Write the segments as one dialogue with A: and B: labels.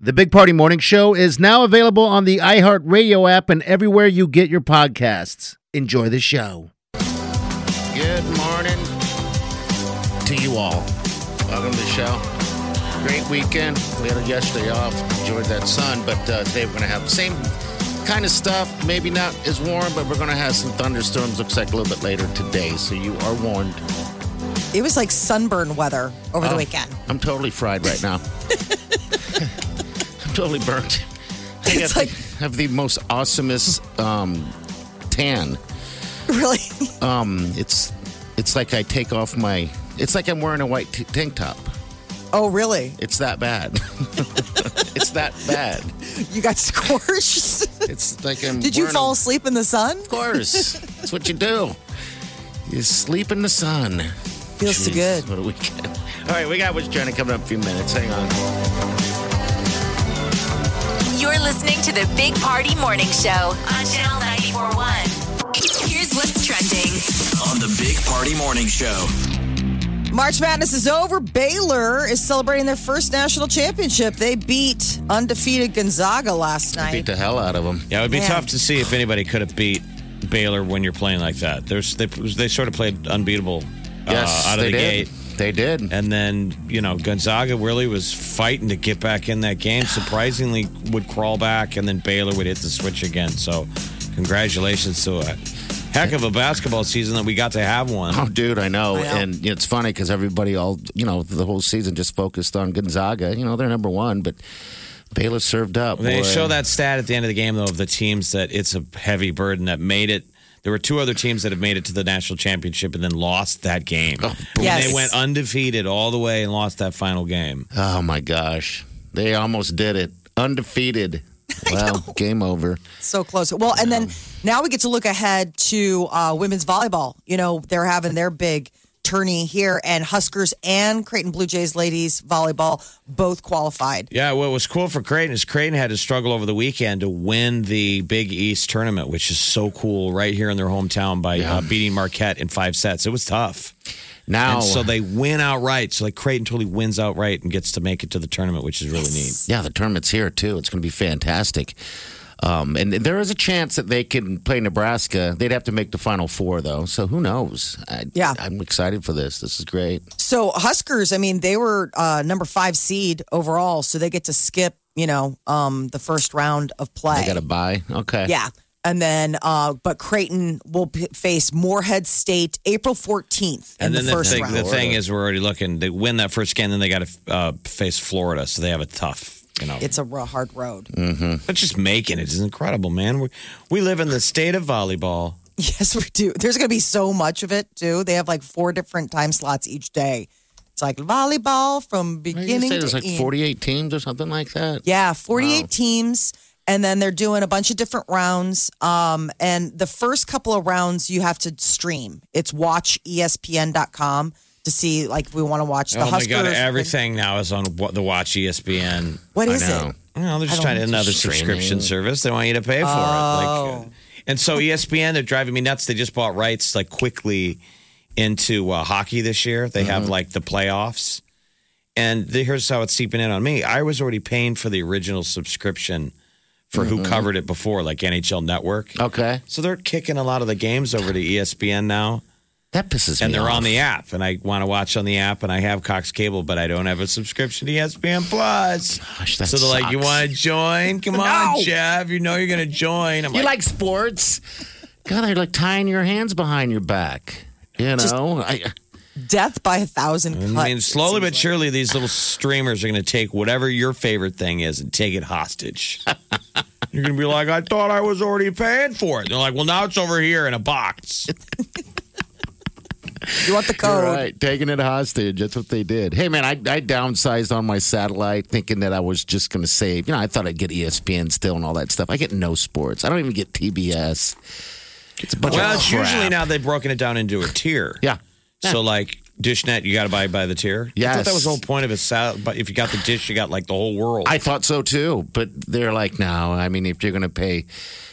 A: The Big Party Morning Show is now available on the iHeartRadio app and everywhere you get your podcasts. Enjoy the show. Good morning to you all. Welcome to the show. Great weekend. We had yesterday off. Enjoyed that sun, but uh, today we're going to have the same kind of stuff. Maybe not as warm, but we're going to have some thunderstorms. Looks like a little bit later today, so you are warned.
B: It was like sunburn weather over the
A: Oh,
B: weekend.
A: I'm totally fried right now. I'm totally burnt. I
B: It's
A: got
B: like-
A: the, have the most awesomest um, tan.
B: Really?
A: Um, it's it's like I take off my. It's like I'm wearing a white t- tank top.
B: Oh, really?
A: It's that bad. it's that bad.
B: You got scorched?
A: It's like I'm.
B: Did you
A: wearing a-
B: fall asleep in the sun?
A: of course. That's what you do. You sleep in the sun.
B: Feels so
A: Jeez,
B: good.
A: What a weekend. All right, we got what's trying to coming up in a few minutes. Hang on.
C: You're listening to the Big Party Morning Show on Channel 941. Here's what's trending.
D: on the Big Party Morning Show.
B: March Madness is over. Baylor is celebrating their first national championship. They beat undefeated Gonzaga last
A: Beat
B: night.
A: the hell out of them.
E: Yeah, it would be
B: Man.
E: tough to see if anybody could have beat Baylor when you're playing like that. There's they, they sort of played unbeatable uh,
A: Yes,
E: out of
A: they
E: the
A: did.
E: gate.
A: They did.
E: And then, you know, Gonzaga really was fighting to get back in that game. Surprisingly, would crawl back, and then Baylor would hit the switch again. So, congratulations to a heck of a basketball season that we got to have one.
A: Oh, dude, I know.
B: I know.
A: And it's funny because everybody, all you know, the whole season just focused on Gonzaga. You know, they're number one, but Baylor served up.
E: They
A: boy.
E: show that stat at the end of the game, though, of the teams that it's a heavy burden that made it. There were two other teams that have made it to the national championship and then lost that game. And
B: Yes.
E: They went undefeated all the way and lost that final game.
A: Oh my gosh, they almost did it, undefeated. Well, game over.
B: So close. Well, and then now we get to look ahead to uh, women's volleyball. You know, they're having their big tourney here, and Huskers and Creighton Blue Jays ladies volleyball both qualified.
E: Yeah, what was cool for Creighton is Creighton had to struggle over the weekend to win the Big East tournament, which is so cool right here in their hometown by uh, beating Marquette in five sets. It was tough.
A: Now,
E: And so they win outright. So like Creighton totally wins outright and gets to make it to the tournament, which is really neat.
A: yeah, the tournament's here too. It's going to be fantastic. Um, and there is a chance that they can play Nebraska. They'd have to make the final four, though. So who knows? I,
B: Yeah.
A: I'm excited for this. This is great.
B: So Huskers, I mean, they were uh, number five seed overall, so they get to skip, you know, um, the first round of play.
A: I got to buy. Okay.
B: yeah, and then uh, but Creighton will p- face Moorhead State April fourteenth in
E: And
B: the
E: then
B: first
E: thing,
B: round.
E: the thing is, we're already looking. They win that first game, then they got to uh, face Florida, so they have a tough, you know.
B: it's a r- hard road.
E: Mm. but just making it is incredible, man. We we live in the state of volleyball.
B: Yes, we do. There's going to be so much of it too. They have like four different time slots each day. It's like volleyball from
A: I think
B: beginning
A: you said
B: to
A: there's like
B: end.
A: 48 teams or something like that.
B: Yeah, 48 teams. And then they're doing a bunch of different rounds. Um, and the first couple of rounds you have to stream. It's watch E ESPN.com to see, like, if we want to watch the
E: oh my
B: Huskers.
E: god, everything now is on wa- the Watch E ESPN.
B: What
A: I
B: is
A: know.
B: it?
E: Well, they're just
B: don't
E: trying
B: know.
E: to another
A: Streaming.
E: subscription service. They want you to pay for it. Like, uh, and so ESPN, they're driving me nuts. They just bought rights like quickly into uh, hockey this year. They have like the playoffs, and the, here's how it's seeping in on me. I was already paying for the original subscription for who covered it before, like NHL Network.
A: Okay.
E: So they're kicking a lot of the games over to E ESPN now,
A: That pisses
E: and
A: me
E: they're
A: off.
E: on the app. And I want to watch on the app, and I have Cox Cable, but I don't have a subscription to E ESPN Plus
A: Gosh, that
E: so they're like, "You
A: sucks.
E: want to join? Come on, Jeff. You know you're going to join." I'm
A: You
E: like,
A: like sports? God, they're like tying your hands behind your back. You know, I,
B: Death by a thousand cuts.
E: I mean,
B: it
E: slowly but
B: seems like.
E: surely, these little streamers are going to take whatever your favorite thing is and take it hostage. you're going to be like, "I thought I was already paying for it." They're like, "Well, now it's over here in a box."
B: You want the code?
A: You're right, taking it hostage. That's what they did. Hey, man, I, I downsized on my satellite thinking that I was just going to save. You know, I thought I'd get E ESPN still and all that stuff. I get no sports. I don't even get TBS. It's a bunch
E: Well,
A: of
E: it's
A: crap.
E: usually now they've broken it down into a tier.
A: Yeah.
E: So like DishNet, you got to buy by the tier. I thought
A: Yes.
E: that was the whole point of it. Sal- But if you got the dish, you got like the whole world.
A: I thought so too, but they're like, no. I mean, if you're going to pay,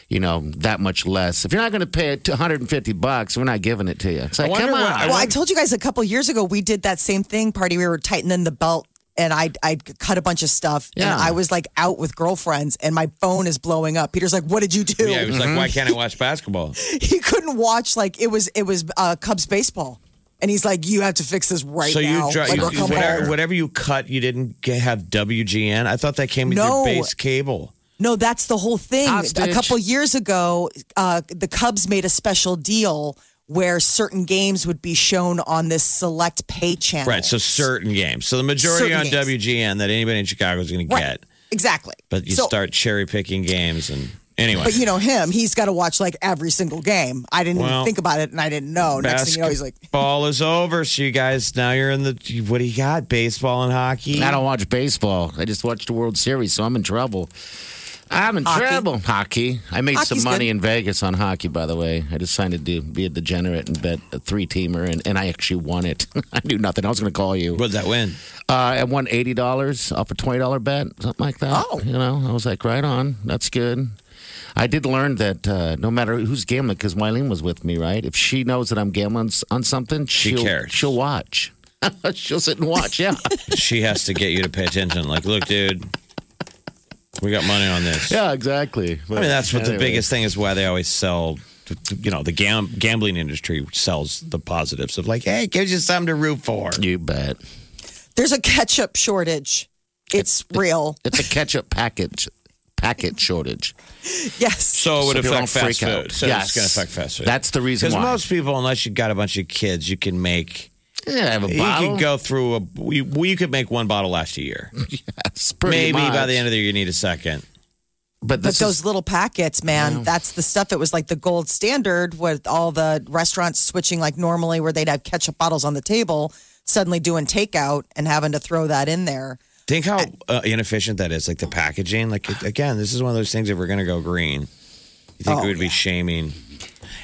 A: you know, that much less, if you're not going to pay it 150 bucks, we're not giving it to you. It's like,
E: wonder
A: come on.
E: what- I
B: Well, I
E: wonder-
B: told you guys a couple years ago we did that same thing party. We were tightening the belt and I I cut a bunch of stuff
A: Yeah.
B: and I was like out with girlfriends and my phone is blowing up. Peter's like, "What did you do?"
E: yeah, it was like, why can't I watch basketball?
B: he couldn't watch like it was it was uh, Cubs baseball. And he's like, "You have to fix this right
E: so
B: now."
E: you, dri-
B: like,
E: you-
B: or come
E: whatever,
B: home.
E: whatever you cut, you didn't get, have WGN. I thought that came with
B: No.
E: your base cable.
B: No, that's the whole thing.
A: Hostage.
B: A couple years ago, uh, the Cubs made a special deal where certain games would be shown on this select pay channel.
E: Right. So certain games. So the majority
B: Certain
E: on
B: games.
E: WGN that anybody in Chicago is going to
B: Right.
E: get.
B: Exactly.
E: But you
B: So-
E: start cherry picking games and anyway.
B: But you know him; he's got to watch like every single game. I didn't
E: Well,
B: even think about it, and I didn't know. Next thing you know, he's like,
E: basketball is over. So you guys now you're in the what do you got? Baseball and hockey.
A: I don't watch baseball. I just watched the World Series, so I'm in trouble. I'm in
B: Hockey.
A: trouble. Hockey. I made some
B: Hockey's
A: money
B: good.
A: in Vegas on hockey, by the way. I decided to be a degenerate and bet a three teamer, and, and I actually won it. I knew nothing. I was going to call you.
E: What did that win?
A: Uh, I won $80 off a $20 bet, something like that.
B: Oh.
A: You know, I was like, right on. That's good. I did learn that uh, no matter who's gambling, because Mylene was with me, right? If she knows that I'm gambling s- on something,
E: She
A: will
E: cares.
A: she'll watch. she'll sit and watch, yeah.
E: She has to get you to pay attention. Like, look, dude, we got money on this.
A: Yeah, exactly.
E: I mean, that's what the biggest thing is. Why they always sell. You know, the gam- gambling industry sells the positives of like, hey, it gives you something to root for.
A: You bet.
B: "There's a ketchup shortage. It's real.
A: It's a ketchup package packet shortage.
B: Yes,
E: So it Oh, would
A: So people
E: affect
A: don't
E: fast
A: freak out.
E: food. So
A: Yes.
E: it's going to affect fast food.
A: That's the reason
E: Because
A: why.
E: most people, unless you've got a bunch of kids, you can make.
A: Yeah, I have a
E: You
A: bottle.
E: could go through a. We, we could make one bottle last a year.
A: It's pretty
E: Maybe
A: much.
E: by the end of the year, you need a second.
A: But
B: but
A: this
B: those
A: is,
B: little packets, man. That's the stuff. It was like the gold standard with all the restaurants switching like normally, where they'd have ketchup bottles on the table. Suddenly doing takeout and having to throw that in there.
E: Think how uh, inefficient that is. Like the packaging. Like it, again, this is one of those things. If we're going to go green, you think
A: Oh,
E: we would be shaming.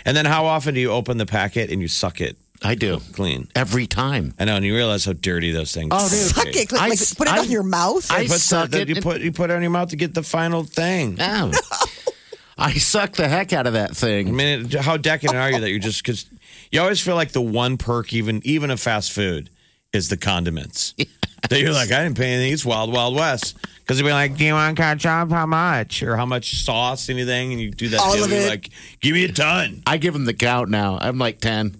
E: And then how often do you open the packet and you suck it
A: I do
E: clean?
A: every time.
E: I know, and you realize how dirty those things.
A: Oh, dude.
B: Suck it,
A: I
B: like,
A: s-
B: put it
A: I-
B: on your mouth.
A: I
E: Put
A: suck
E: the,
A: it.
E: You put you put it on your mouth to get the final thing.
A: Ow. I suck the heck out of that
E: I
A: thing.
E: mean, it- how decadent are you that you're just because you always feel like the one perk, even even of fast food, is the condiments. That you're like, I didn't pay anything. It's Wild Wild West. Because they'd be like, Do you want ketchup? How much? Or how much sauce? Anything? And you do that.
B: All
E: deal,
B: of
E: you're
B: it.
E: Like, give me a ton.
A: I give them the count now. I'm like 10,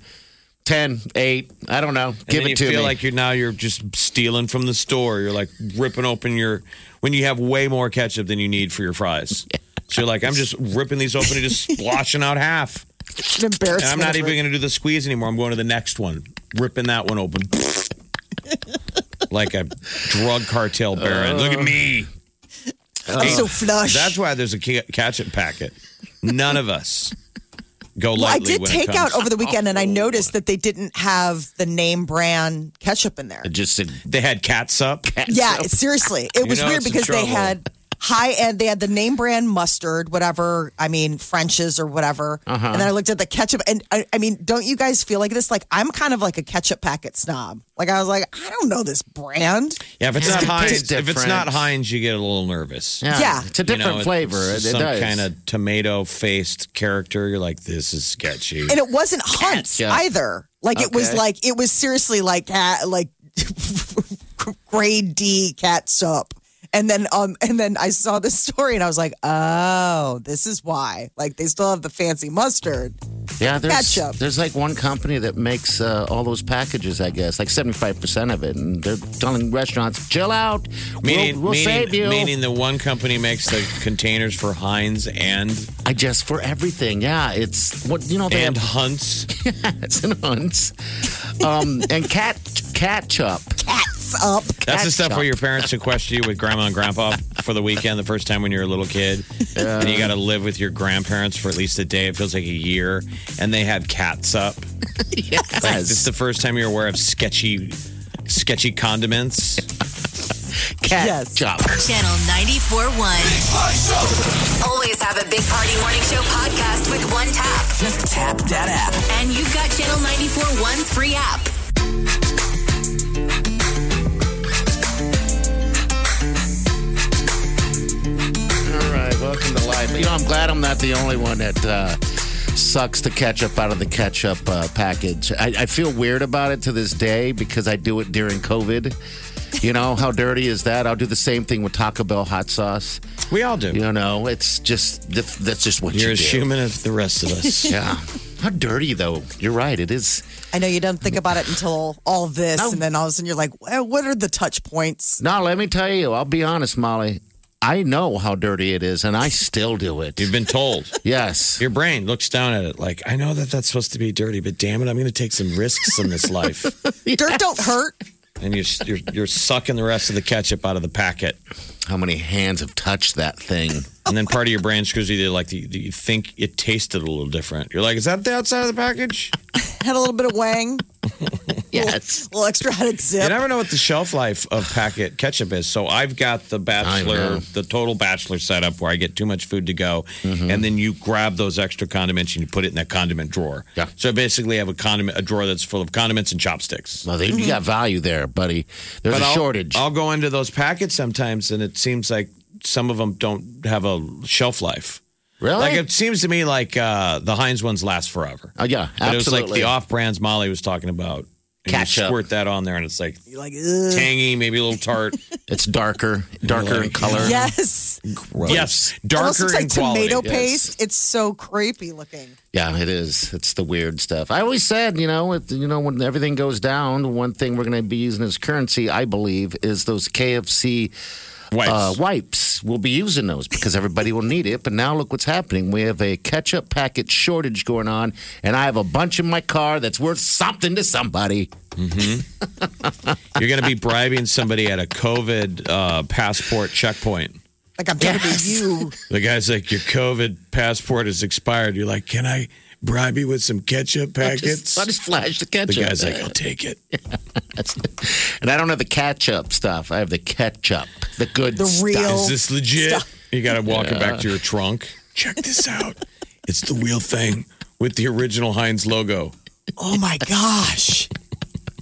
A: 10, 8. I don't know.
E: And
A: give
E: then
A: it
E: you
A: to
E: feel
A: me.
E: like you're now you're just stealing from the store. You're like ripping open your when you have way more ketchup than you need for your fries. So you're like, I'm just ripping these open and just splashing out half.
B: An embarrassment.
E: And I'm not
B: of
E: even
B: it.
E: going to do the squeeze anymore. I'm going to the next one, ripping that one open. like a drug cartel baron. Look at me.
B: Uh. I'm so flush.
E: That's why there's a ca- ketchup packet. None of us go lightly.
B: Well, I did
E: when it
B: take
E: comes- Oh.
B: out over the weekend, and I noticed that they didn't have the name brand ketchup in there.
A: I just said,
E: They had catsup.
B: Yeah, it- seriously, it was
E: know
B: weird
E: it's in
B: because they
E: trouble.
B: had high end. They had the name brand mustard, whatever. I mean, French's or whatever. And then I looked at the ketchup, and I, I mean, don't you guys feel like this? Like I'm kind of like a ketchup packet snob. Like I was like, I don't know this brand.
E: Yeah, if it's
A: Yeah,
E: not
A: it tastes
E: Heinz, if it's not
A: different.
E: Heinz, you get a little nervous.
A: yeah,
B: Yeah.
A: It's a
E: You
A: different
E: know,
A: flavor. It,
E: It's
A: it
E: some
A: does.
E: kind of tomato faced character. You're like, this is sketchy.
B: And it wasn't Hunt's
A: Ketchup.
B: either. Like it was
A: Okay.
B: like it was seriously like cat like grade D catsup. And then um and then I saw this story and I was like, oh, this is why. Like they still have the fancy mustard.
A: Yeah, there's,
B: Ketchup.
A: there's like one company that makes uh, all those packages, I guess, like 75% of it. And they're telling restaurants, chill out.
E: Meaning,
A: we'll we'll
E: meaning,
A: save you.
E: meaning the one company makes the containers for Heinz and
A: I just, for everything. Yeah, it's what, you know, they
E: and
A: have
E: Hunts.
A: cats and hunts. Um, and cat, ketchup.
B: Catsup.
E: That's the stuff
A: Ketchup.
E: where your parents sequester you with grandma and grandpa. for the weekend the first time when you're a little kid. And you got to live with your grandparents for at least a day. It feels like a year. And they have cats up. yes. Like, this is the first time you're aware of sketchy, sketchy condiments.
A: Cat
B: Yes.
A: chop.
C: Channel 94.1. Always have a Big Party Morning Show podcast with one tap. Just tap that app. And you've got Channel 94.1 free app.
A: All right, welcome to life. You know, I'm glad I'm not the only one that uh, sucks the ketchup out of the ketchup uh, package. I, I feel weird about it to this day because I do it during COVID. You know, how dirty is that? I'll do the same thing with Taco Bell hot sauce.
E: We all do.
A: You know, it's just, th- that's just what you
E: You're as
A: do.
E: human as the rest of us.
A: Yeah. How dirty, though. You're right. It is.
B: I know you don't think about it until all this,
A: No.
B: and then all of a sudden you're like, "Well, what are the touch points?
A: Now, let me tell you, I'll be honest, Molly. I know how dirty it is, and I still do it.
E: You've been told.
A: Yes.
E: Your brain looks down at it like, I know that that's supposed to be dirty, but damn it, I'm going to take some risks in this life.
B: Dirt don't hurt.
E: and you're, you're you're sucking the rest of the ketchup out of the packet,
A: How many hands have touched that thing?
E: and then part of your brain screws you. They're like, you, you think it tasted a little different. You're like, is that the outside of the package?
B: Had a little bit of wang,
A: Yes.
B: a little extra added
E: You
B: zip.
E: never know what the shelf life of packet ketchup is. So I've got the
A: know.
E: bachelor, the total bachelor setup where I get too much food to go,
A: Mm-hmm.
E: and then you grab those extra condiments and you put it in that condiment drawer.
A: Yeah.
E: So I basically have a condiment a drawer that's full of condiments and chopsticks.
A: Well, there, you got value there, buddy. There's a
E: I'll-
A: shortage.
E: I'll go into those packets sometimes, and it seems like some of them don't have a shelf life.
A: really?
E: Like it seems to me like uh, the Heinz ones last forever.
A: oh, yeah,
E: But it was
A: absolutely.
E: like the off-brands Molly was talking about. And
A: Ketchup.
E: You squirt that on there, and it's like
B: You're like, Ugh.
E: tangy, maybe a little tart.
A: it's darker, darker in
E: like,
A: color.
B: yes,
E: yes,
B: almost
E: darker
B: looks
E: in
B: like
E: quality.
B: tomato
A: Yes.
B: paste. It's so creepy looking.
A: Yeah, it is. It's the weird stuff. I always said, you know, if, you know, when everything goes down, the one thing we're going to be using as currency, I believe, is those KFC
E: Wipes.
A: uh, wipes. We'll be using those because everybody will need it. But now look what's happening. We have a ketchup packet shortage going on, and I have a bunch in my car that's worth something to somebody.
E: You're going to be bribing somebody at a COVID uh, passport checkpoint.
B: Like I'm talking to you.
E: The guy's like, "Your COVID passport is expired." You're like, "Can I bribe you with some ketchup packets?"
A: Just, I just flash the ketchup.
E: the guy's like, "I'll take it."
A: and I don't have the ketchup stuff. I have the ketchup, the good,
B: The
A: stuff.
B: real-
E: Is this legit? You got to walk it back to your trunk. Check this out. It's the real thing with the original Heinz logo.
B: Oh my gosh,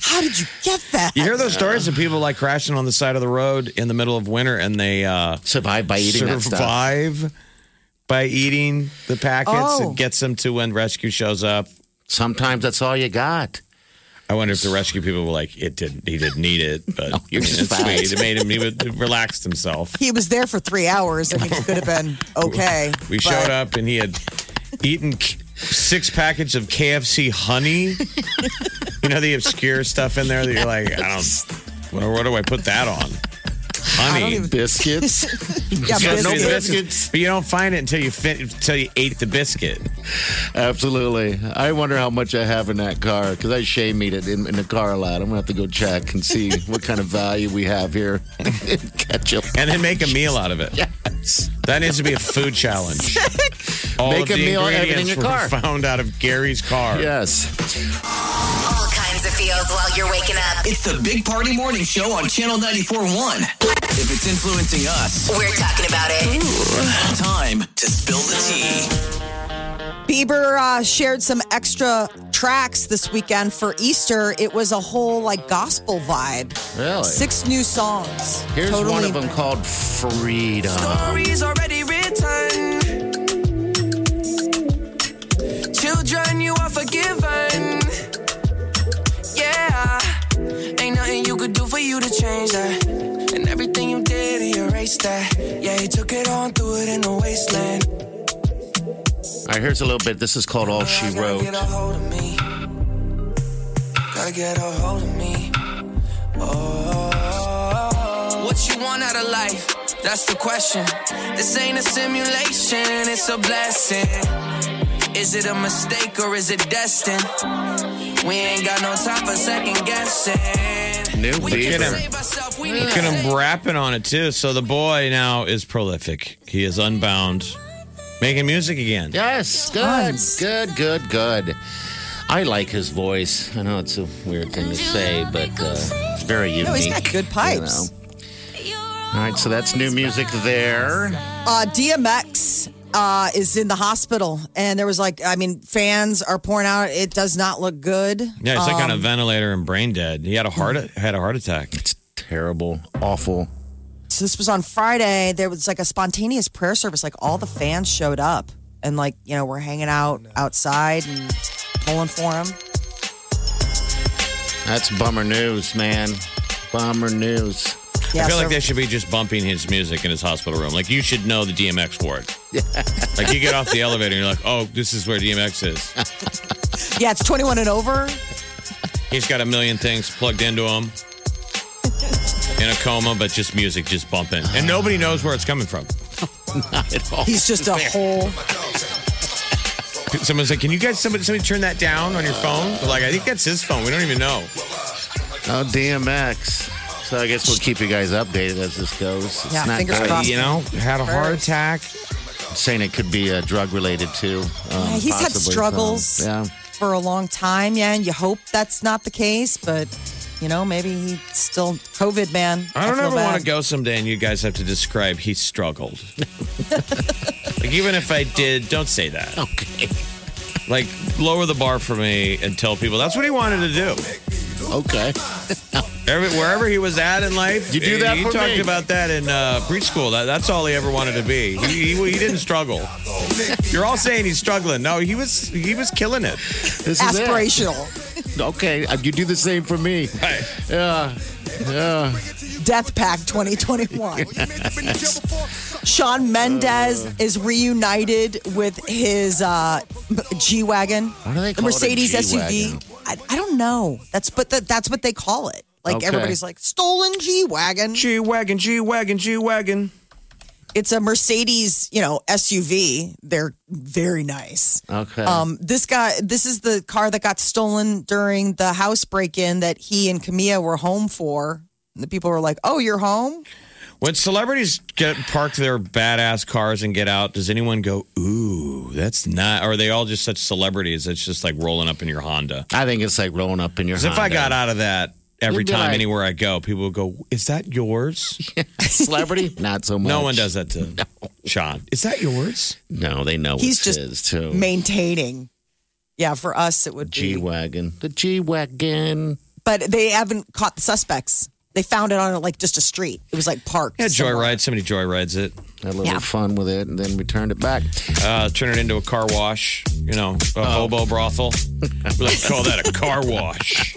B: how did you get that?
E: You hear those stories of people like crashing on the side of the road in the middle of winter and they uh,
A: survive by eating that stuff.
E: survive by eating the packets.
B: Oh.
E: It gets them to when rescue shows up.
A: Sometimes that's all you got.
E: I wonder if the rescue people were like, "It didn't. He didn't need it, but
A: you're
E: I mean,
A: just
E: it's
A: fine.
E: sweet. It made him. He would- relaxed himself.
B: He was there for three hours. I mean, it could have been okay.
E: We
B: but-
E: showed up and he had eaten k- six packets of KFC honey. you know the obscure stuff in there that you're like, I don't. What, what do I put that on? Honey.
A: Biscuits.
B: Yeah,
E: It's supposed to be
B: biscuits.
E: the but you don't find it until you fin- until you ate the biscuit.
A: Absolutely. I wonder how much I have in that car because I shame eat it in, in the car a lot. I'm gonna have to go check and see what kind of value we have here. ketchup.
E: and then make a meal out of it.
A: Yes.
E: That needs to be a food challenge. All
A: Make
E: of
A: a
E: the
A: meal out of it in
E: ingredients
A: your
E: were
A: car.
E: found out of Gary's car.
A: Yes.
C: All kinds of feels while you're waking up.
D: It's the Big Party Morning Show on Channel 94.1. If it's influencing us,
C: We're talking about it.
D: time to spill the tea.
B: Bieber uh, shared some extra tracks this weekend for Easter. It was a whole like gospel vibe.
A: Really?
B: Six new songs.
A: Oh, Here's
B: totally.
A: one of them called Freedom.
F: stories already written. Children, you are forgiven. Yeah, ain't nothing you could do for you to change that. And everything you did, he erased that. Yeah, he took it on, threw it in the wasteland.
A: All right, here's a little bit. This is called All She
F: Girl,
A: Wrote.
F: Gotta get a hold of me. Gotta get a hold of me. Oh, what you want out of life? That's the question. This ain't a simulation, it's a blessing. Is it a mistake or is it destined? We ain't got no time for second guessing.
A: New
F: we
A: beat.
F: can
E: Look at him.
F: save ourselves. We need
E: Look at him rapping on it too. So the boy now is prolific. He is unbound, making music again.
A: Yes, good, good, good, good. I like his voice. I know it's a weird thing to say, but uh, it's very unique.
B: No, he's got good pipes.
A: you know. All right, so that's new music there.
B: Uh, DMX uh, is in the hospital, and there was like, I mean, fans are pouring out. It does not look good.
E: Yeah, he's like on
B: Um,
E: a ventilator and brain dead. He had a heart had a heart attack.
A: It's terrible, awful.
B: so this was on Friday. There was like a spontaneous prayer service. Like all the fans showed up, and like you know, we're hanging out outside and pulling for him.
A: That's bummer news, man. Bummer news.
B: Yeah,
E: I feel
B: so-
E: like they should be just bumping his music in his hospital room. Like you should know the DMX ward. like you get off the elevator and you're like, oh, this is where DMX is.
B: yeah, it's twenty-one and over.
E: He's got a million things plugged into him. In a coma, but just music just bumping. And nobody knows where it's coming from.
A: At all.
B: He's just a whole.
E: Someone's like, Can you guys somebody somebody turn that down on your phone? We're like, I think that's his phone. We don't even know.
A: Oh, DMX. So I guess we'll keep you guys updated as this goes. It's
B: Yeah, fingers
A: good.
B: crossed.
E: You know, had a heart attack.
A: Saying it could be uh, drug related too. Um,
B: Yeah, he's had
A: possibly, so,
B: struggles.
A: yeah.
B: for a long time. Yeah, and you hope that's not the case, but you know, maybe he's still COVID man.
E: I don't
B: feel
E: ever
B: bad.
E: want to go someday and you guys have to describe he struggled. like even if I did, don't say that.
A: Okay.
E: Like lower the bar for me and tell people that's what he wanted to do.
A: Okay.
E: Every, wherever he was at in life,
A: You do that
E: He,
A: for
E: talked
A: me.
E: about that in uh, preschool. That, that's all he ever wanted to be. He, he, he didn't struggle. You're all saying he's struggling. No, he was he was killing it.
A: This is it.
B: Aspirational
A: Okay, uh, you do the same for me.
E: Right.
A: Yeah, yeah.
B: Death Pack 2021. Sean Mendez
A: Uh.
B: is reunited with his uh, G wagon,
A: Why do they call it a
B: Mercedes
A: G-Wagon?
B: SUV. I, I don't know. That's but that that's what they call it. Like
A: Okay.
B: everybody's like stolen G wagon.
E: G wagon, G wagon, G wagon.
B: It's a Mercedes, you know, SUV. They're very nice.
A: Okay.
B: Um, this guy, this is the car that got stolen during the house break in that he and Camilla were home for. And the people were like, "Oh, you're home."
E: When celebrities get park their badass cars and get out, does anyone go, "Ooh, that's not"? Or are they all just such celebrities? It's just like rolling up in your Honda.
A: I think it's like rolling up in your.
E: 'Cause if I got out of that every
A: You'd be
E: time
A: like-
E: anywhere I go, people would go, "Is that yours?"
A: celebrity, not so much.
E: No one does that to Sean. Is that yours?
A: No, they know
B: He's
A: it's
B: just
A: his, too.
B: maintaining. Yeah, for us it would
A: G
B: be,
A: wagon, the G wagon.
B: but they haven't caught the suspects. They found it on like just a street. It was like parked.
E: Yeah,
B: somewhere.
E: joyride. Somebody joyrides it.
A: Had a little
B: Yeah.
A: fun with it, and then we turned it back.
E: Uh, turn it into a car wash. You know, a hobo brothel. We like to call that a car wash.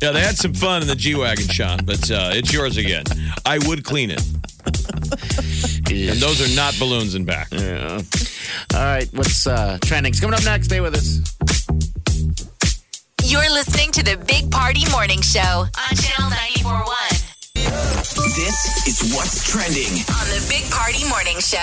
E: Yeah, they had some fun in the G wagon, Sean, but uh, it's yours again. I would clean it. And those are not balloons in back.
A: Yeah. All right, what's uh, trending's coming up next? Stay with us.
C: You're listening to the Big Party Morning Show on Channel 941.
D: This is what's trending.
C: On the Big Party Morning Show.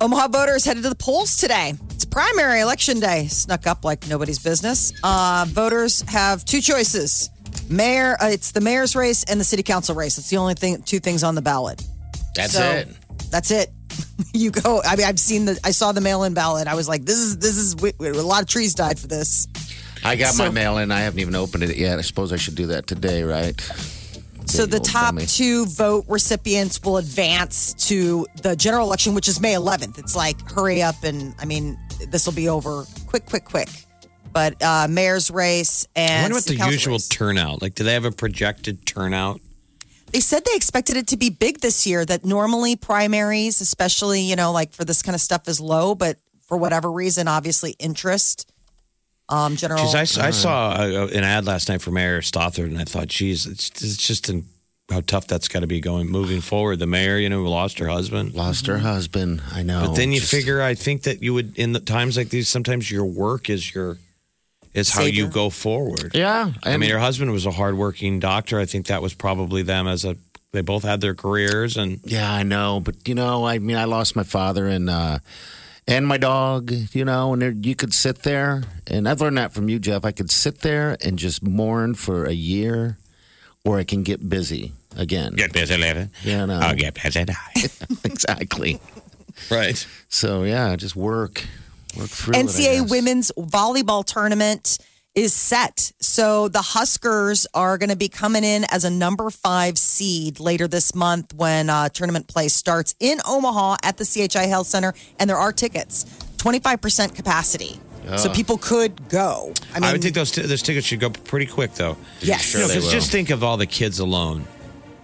B: Omaha voters headed to the polls today. It's primary election day. Snuck up like nobody's business. Uh, voters have two choices: mayor. Uh, it's the mayor's race and the city council race. It's the only thing, two things on the ballot.
A: That's
B: So,
A: it.
B: That's it. You go. I mean, I've seen the. I saw the mail-in ballot. I was like, this is this is we, we- a lot of trees died for this.
A: I got my
B: so-
A: mail in. I haven't even opened it yet. I suppose I should do that today, right?
B: So
A: you
B: the
A: old
B: top
A: dummy.
B: two vote recipients will advance to the general election, which is May 11th. It's like hurry up, and I mean, this will be over quick, quick, quick. But uh, mayor's race and
E: I wonder what
B: city
E: the
B: council
E: usual
B: race.
E: turnout. Like, do they have a projected turnout?
B: they said they expected it to be big this year that normally primaries especially you know like for this kind of stuff is low but for whatever reason obviously interest um general
E: Geez, I, s- I saw uh, uh, an ad last night for Mayor Stothard, and I thought, geez, it's, it's just in, how tough that's got to be going moving forward. The mayor, you know, who lost her husband.
A: Lost her husband. I know.
E: But then you
A: Just-
E: figure, I think that you would in the times like these, sometimes your work is your is how you
B: Savior.
E: go forward.
A: Yeah.
E: I mean, her husband was a hardworking doctor. I think that was probably them as a. They both had their careers, and
A: Yeah, I know, but you know, I mean, I lost my father in uh, and my dog, you know, and there, you could sit there, and I've learned that from you, Jeff. I could sit there and just mourn for a year, or I can get busy again.
E: Get busy living.
A: Yeah, I know.
E: I'll get busy dying.
A: exactly.
E: right.
A: So yeah, just work, work through. it, I
B: NCAA
A: guess.
B: women's volleyball tournament is set. So the Huskers are going to be coming in as a number five seed later this month when uh, tournament play starts in Omaha at the CHI Health Center. And there are tickets, 25% capacity. So people could go. I
E: I,
B: mean,
E: would think those t- those tickets should go pretty quick though.
B: Yes.
E: You know,
B: Sure they
E: 'cause just think of all the kids alone.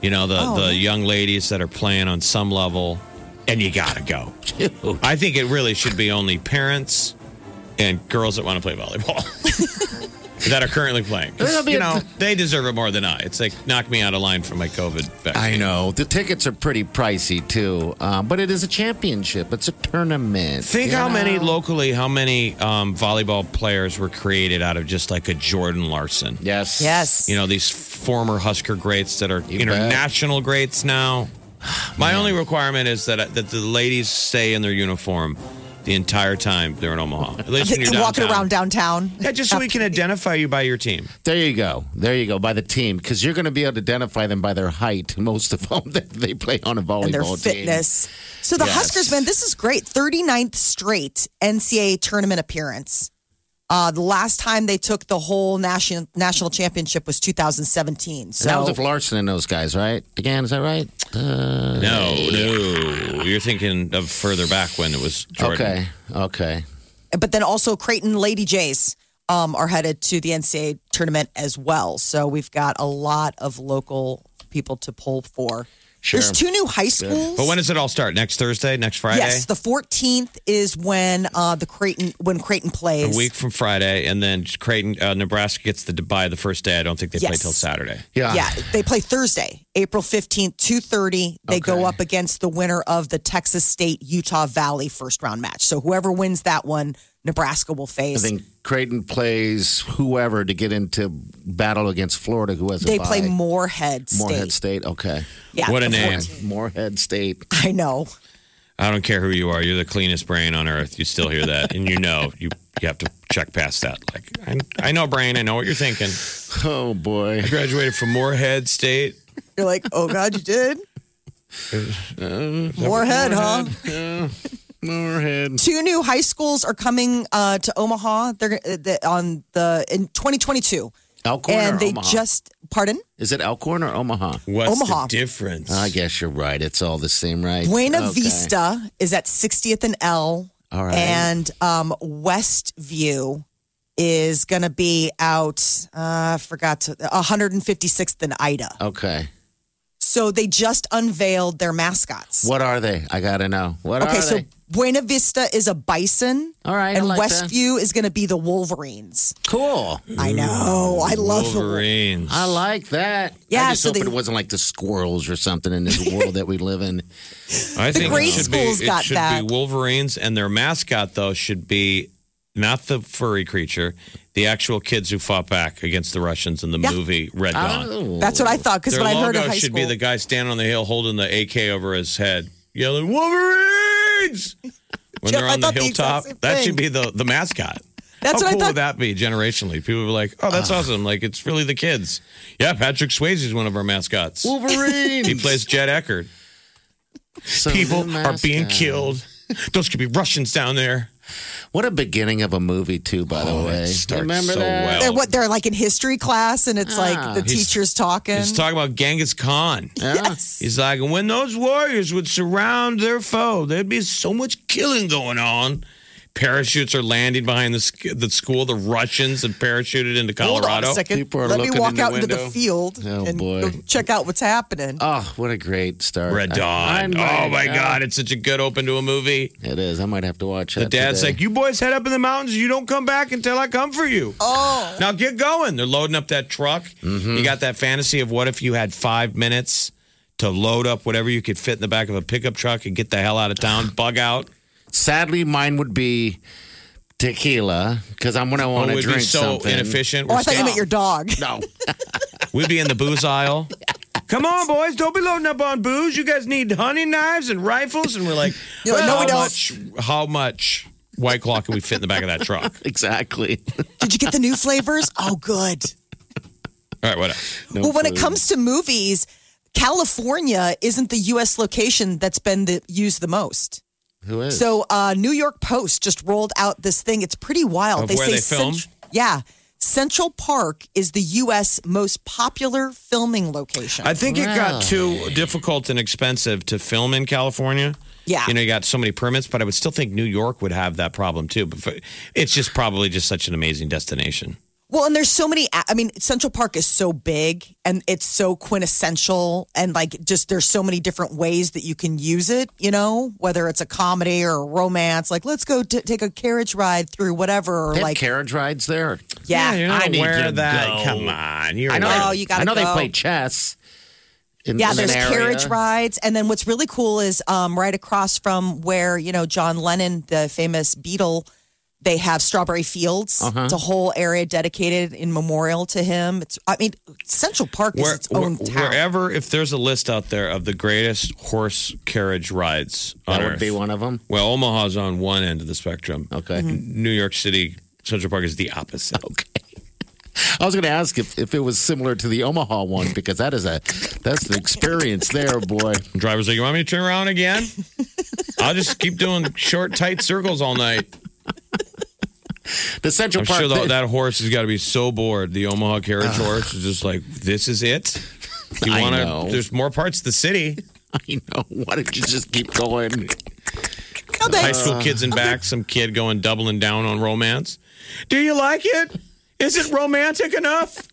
E: You know the
B: Oh,
E: the
B: yeah.
E: young ladies that are playing on some level, and you gotta go. I think it really should be only parents and girls that want to play volleyball that are currently playing. 'Cause,
A: That'll be
E: you
A: a-
E: know they deserve it more than I. It's like knock me out of line for my COVID vaccine.
A: I know the tickets are pretty pricey too, uh, but it is a championship. It's a tournament.
E: Think
A: you
E: how
A: know?
E: many locally, how many um, volleyball players were created out of just like a Jordan Larson.
A: Yes.
B: yes.
E: You know, these former Husker greats that are
A: You
E: international greats now. My only requirement is that that the ladies stay in their uniform the entire time they're in Omaha. At least when you're downtown.
B: walking around downtown.
E: Yeah, just so we can identify you by your team.
A: There you go. There you go. By the team, because you're going to be able to identify them by their height. Most of them that they play on a volleyball
B: and their
A: team.
B: fitness. So the
A: Yes.
B: Huskers, man, this is great. 39th straight NCAA tournament appearance. Uh, the last time they took the whole national national championship was 2017. So
A: That was with Larson and those guys, right? Again, is that right? Uh,
E: No, no. You're thinking of further back when it was Jordan.
A: Okay. Okay.
B: but then also Creighton Lady Jays um, are headed to the NCAA tournament as well. So we've got a lot of local people to pull for.
A: Sure.
B: There's two new high schools.
E: But when does it all start? Next Thursday? Next Friday?
B: yes, the 14th is when uh, the Creighton when Creighton plays.
E: a week from Friday, and then Creighton, uh, Nebraska gets the bye the first day. I don't think they play
B: Yes.
E: till Saturday.
A: Yeah.
B: Yeah, they play Thursday, April 15th, 2:30. They go
A: Okay.
B: up against the winner of the Texas State Utah Valley first round match. So whoever wins that one, Nebraska will
A: I
B: face.
A: think Creighton plays whoever to get into battle against Florida, who has a
B: They
A: bye.
B: play Moorhead State.
A: Moorhead State. Okay.
B: Yeah,
E: What a
B: the
E: name.
B: fourth.
A: Moorhead State.
B: I know.
E: I don't care who you are. You're the cleanest brain on earth. You still hear that, and you know you, you have to check past that. Like I, I know, brain. I know what you're thinking.
A: Oh boy.
E: I graduated from Moorhead State.
B: You're like, "Oh god, you did?"
A: Uh,
B: Moorhead, huh?
A: Moorhead.
B: Two new high schools are coming uh, to Omaha. They're uh, the, on the in 2022.
A: Elkhorn or
B: and they
A: Omaha?
B: just pardon?
A: Is it Elkhorn or Omaha?
E: What's
B: Omaha.
E: the difference?
A: I guess you're right. It's all the same, right?
B: Buena
A: Okay.
B: Vista is at 60th and L.
A: All right.
B: And um, Westview is going to be out, uh, I forgot to, 156th and Ida.
A: Okay.
B: So they just unveiled their mascots.
A: What are they? I gotta know. What
B: Okay,
A: are
B: so
A: they?
B: Buena Vista is a bison.
A: All right, I
B: And
A: like that.
B: Westview is going to be the Wolverines.
A: Cool.
B: I know. I love the
E: Wolverines.
A: I like that.
B: Yeah,
A: I just
B: so
A: hope
B: they-
A: it wasn't like the squirrels or something in this world that we live in.
E: I
B: The
E: think
B: grade
E: it should be,
B: schools
E: it
B: got
E: should
B: that.
E: be Wolverines, and their mascot though should be not the furry creature, the actual kids who fought back against the Russians in the movie Red Dawn.
A: Oh.
B: Uh-huh. That's what I thought because
E: Their
B: when I heard of
E: logo
B: high
E: should
B: school.
E: be the guy standing on the hill holding the AK over his head, yelling "Wolverines" when
B: Jeff,
E: they're
B: I
E: on the
B: thought the
E: hilltop.
B: exact same
E: that
B: thing.
E: should be the the mascot.
B: That's what
E: How
B: I
E: cool
B: thought.
E: would that be generationally? People would be like, "Oh, that's awesome!" Like it's really the kids. Yeah, Patrick Swayze is one of our mascots.
A: Wolverine.
E: He plays Jed Eckert.
A: Oh,
E: People are being killed. Those could be Russians down there.
A: What a beginning of a movie, too. By the way,
E: Oh, starts
A: remember
E: so
A: that?
E: well.
B: they're, what, they're like in history class and it's
A: Ah.
B: like the
E: He's-
B: teacher's talking.
E: He's talking about Genghis Khan.
B: yes.
E: He's like, and when those warriors would surround their foe, there'd be so much killing going on. Parachutes are landing behind the, sk- the school. The Russians have parachuted into
B: Hold on
E: Colorado.
B: a second.
A: People are
B: Let me
A: looking
B: walk
A: in the
B: out into the
A: window.
B: field
A: Oh,
B: and
A: boy.
B: go check out what's happening.
A: Oh, what a great start! I-
E: Red
A: I
E: Dawn.
A: might-
E: oh my
A: yeah,
E: God, it's such a good open to a movie.
A: it is. I might have to watch
E: The
A: that.
E: dad's
A: today.
E: like, You boys head up in the mountains. You don't come back until I come for you.
B: oh, Mm-hmm.
E: Now get going. They're loading up that truck. You got that fantasy of what if you had five minutes to load up whatever you could fit in the back of a pickup truck and get the hell out of town, bug out.
A: Sadly, mine would be tequila because I'm gonna
E: Oh,
A: want to
E: we'd
A: drink
E: be so
A: something.
E: inefficient.
B: oh
E: We're
B: I thought you
E: staying-
B: meant your dog.
A: No,
E: We'd be in the booze aisle. Come on, boys, don't be loading up on booze. You guys need hunting knives and rifles. And we're like,
B: You're like,
E: how
B: "No, we don't."
E: much, how much White Claw can we fit in the back of that truck?
A: Exactly.
B: Did you get the new flavors? Oh, good.
E: All right, whatever.
B: well, when it comes to movies, California isn't the U.S. location that's been the, used the most.
A: Who is?
B: So, uh, New York Post just rolled out this thing. It's pretty wild.
E: Of where they film?
B: Cent- yeah, Central Park is the U.S. most popular filming location.
E: I think it got too difficult and expensive to film in California.
B: Yeah.
E: You know, you got so many permits, but I would still think New York would have that problem too. But for- it's just probably just such an amazing destination.
B: Well, and there's so many. I mean, Central Park is so big and it's so quintessential, and like just there's so many different ways that you can use it, you know, whether it's a comedy or a romance, like let's go t- take a carriage ride through whatever, or
A: they have
B: like,
A: carriage rides there.
B: yeah.
E: you're not
A: I need
E: aware
A: to
E: of that.
A: go.
E: Come on. You're
A: I know.
B: Oh,
A: they,
B: you gotta
A: I know they
B: go.
A: play chess. In,
B: Yeah,
A: in
B: there's
A: an area.
B: carriage rides, and then what's really cool is um, right across from where you know John Lennon, the famous Beatle, they have Strawberry Fields.
A: Uh-huh.
B: It's a whole area dedicated in memorial to him. It's, I mean, Central Park is
E: Where-
B: its own
E: where-
B: town.
E: Wherever, if there's a list out there of the greatest horse carriage rides on
A: That
E: Earth,
A: would be one of them.
E: well, Omaha's on one end of the spectrum.
A: Okay.
B: Mm-hmm.
E: New York City Central Park is the opposite.
A: I was going to ask if, if it was similar to the Omaha one because that is a that's the experience there, boy.
E: Driver's like, you want me to turn around again? I'll just keep doing short, tight circles all night.
A: The Central
E: I'm
A: Park.
E: sure
A: they-
E: that, that horse has got to be so bored. The Omaha carriage horse is just like, this is it. You
A: I
E: want
A: know.
E: to? There's more parts of the city.
A: I know. Why don't you just keep going?
B: No, they-
E: High school kids in back. Some kid going doubling down on romance. Do you like it? Is it romantic enough?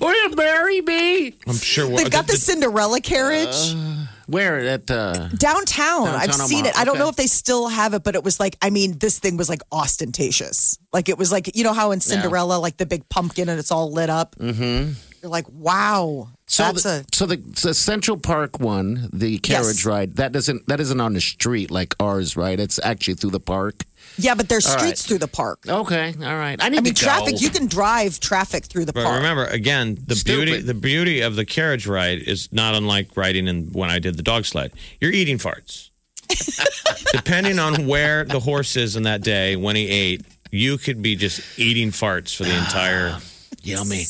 A: Will you marry me?
E: I'm sure.
B: They've got the Cinderella carriage
A: Where at uh,
B: downtown. I've
A: Downtown
B: seen
A: Omaha,
B: it. I don't
A: okay.
B: know if they still have it, but it was like, I mean, this thing was like ostentatious. Like it was like, you know how in Cinderella, like the big pumpkin and it's all lit up? Mm-hmm. You're like, wow.
A: so
B: that's
A: the, so the so Central Park one, the carriage ride that doesn't that isn't on the street like ours, right? It's actually through the park.
B: a, yeah, but there's
A: All
B: streets through the park.
A: Okay, all right. I need
B: I mean,
A: to
B: traffic,
A: Go.
B: you can drive traffic through the
E: But
B: park.
E: remember, again, the
A: Stupid.
E: beauty the beauty of the carriage ride is not unlike riding in when I did the dog sled. You're eating farts. Depending on where the horse is in that day when he ate, you could be just eating farts for the entire.
A: Yummy.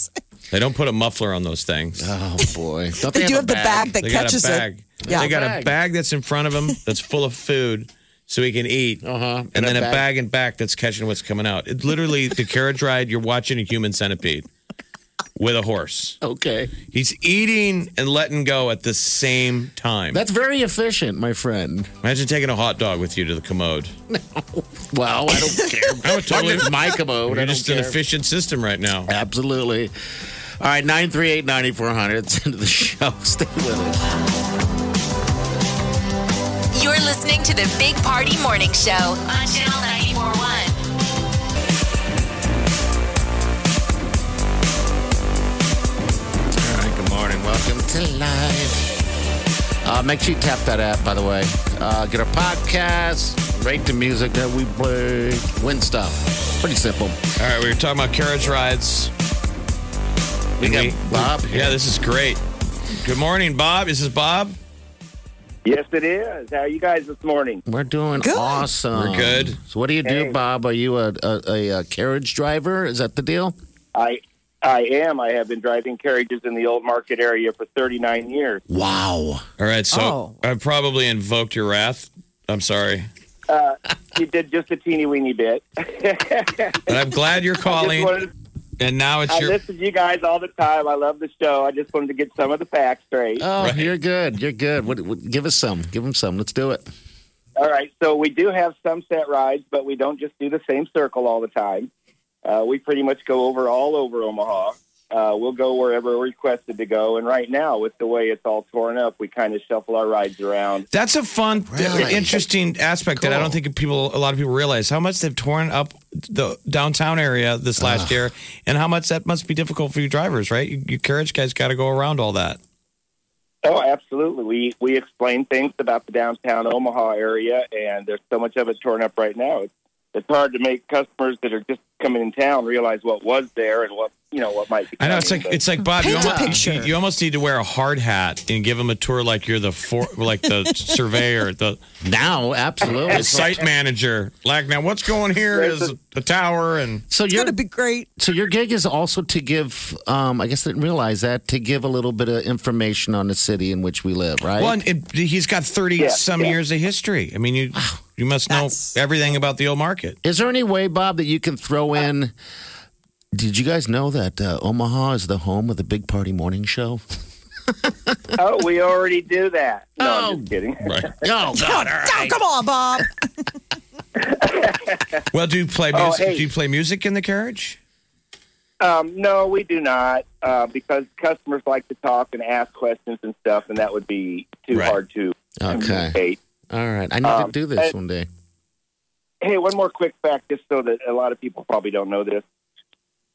E: They don't put a muffler on those things.
A: Oh boy. Don't
B: They do
A: have
B: have the bag that
E: they got a
B: catches it.
E: bag.
B: Yeah.
E: They got
A: Bag.
E: a bag that's in front of him that's full of food so he can eat.
A: Uh-huh.
E: And, then
A: And a
E: a
A: bag.
E: bag. and back that's catching what's coming out. It literally the carriage ride, you're watching a human centipede with a horse.
A: Okay.
E: He's eating and letting go at the same time.
A: That's very efficient, my friend.
E: Imagine taking a hot dog with you to the commode.
A: Well, I don't care.
E: I would totally-
A: It's my commode. I
E: You're
A: don't
E: just
A: care.
E: an efficient system right now.
A: Absolutely. All right, 938 9400. It's into the show. Stay with us.
C: You're listening to the Big Party Morning Show on Channel 941.
A: All right, good morning. Welcome to live. Uh, make sure you tap that app, by the way. Uh, get our podcast, rate the music that we play, win stuff. Pretty simple.
E: All right, we were talking about carriage rides.
A: We
E: And
A: got
E: we-
A: Bob here.
E: Yeah, this is great. Good morning, Bob. Is this Bob?
G: Yes, it is. How are you guys this morning?
A: We're doing
B: Good.
A: awesome.
E: We're good.
A: So, what do you do,
G: Hey.
A: Bob? Are you a, a, a, uh carriage driver? Is that the deal?
G: I I am. I have been driving carriages in the old market area for 39 years.
A: Wow.
E: All right,
B: Oh.
E: so I probably invoked your wrath. I'm sorry.
G: You did just a teeny weeny bit.
E: But I'm glad you're
G: Just
E: calling.
G: wanted,
E: and now it's
G: I
E: your.
G: listen to you guys all the time. I love the show. I just wanted to get some of the facts straight.
A: Oh,
E: Right.
A: you're good. You're good. What, what, give us some. Give him some. Let's do it.
G: All right. So we do have some set rides, but we don't just do the same circle all the time. Uh, we pretty much go over all over Omaha. Uh, we'll go wherever we're requested to go. And right now, with the way it's all torn up, we kind of shuffle our rides around.
E: That's a fun, uh,
A: Really?
E: interesting aspect that I don't think people, a lot of people realize how much they've torn up the downtown area this last year, and how much that must be difficult for you drivers, right? You, you carriage guys got to go around all that.
G: Oh, absolutely. We we explain things about the downtown Omaha area, and there's so much of it torn up right now. It's it's hard to make customers that are just coming in town realize what was there and what you know what might be.
E: I know it's
G: coming,
E: like
G: but-
E: it's like Bob. You
B: Paint a
E: almost,
B: picture.
E: you, you almost need to wear a hard hat and give them a tour like you're the for, like the surveyor, the
A: Now, absolutely.
E: the site manager. Like now, what's going here is a tower, and
A: so
B: It's
A: you're
B: going to be great.
A: so your gig is also to give. Um, I guess I didn't realize that to give a little bit of information on the city in which we live. Right.
E: well, and it, he's got thirty
G: Yeah,
E: some
G: yeah.
E: years of history. I mean, you you must know
B: That's-
E: everything about the old market.
A: Is there any way, Bob, that you can throw
E: Uh,
A: in? Did you guys know that uh, Omaha is the home of the Big Party Morning Show?
G: oh, we already do that. No,
A: Oh.
G: I'm just kidding.
E: Right.
A: Oh God! all
B: Oh, come on, Bob.
E: Well, do you play
G: Oh,
E: music?
G: hey.
E: Do you play music in the carriage?
G: Um, no, we do not, uh, because customers like to talk and ask questions and stuff, and that would be too
E: Right.
G: hard to
A: Okay.
G: communicate.
A: All right. I need
G: Um,
A: to do this
G: I-
A: one day.
G: Hey, one more quick fact, just so that a lot of people probably don't know this.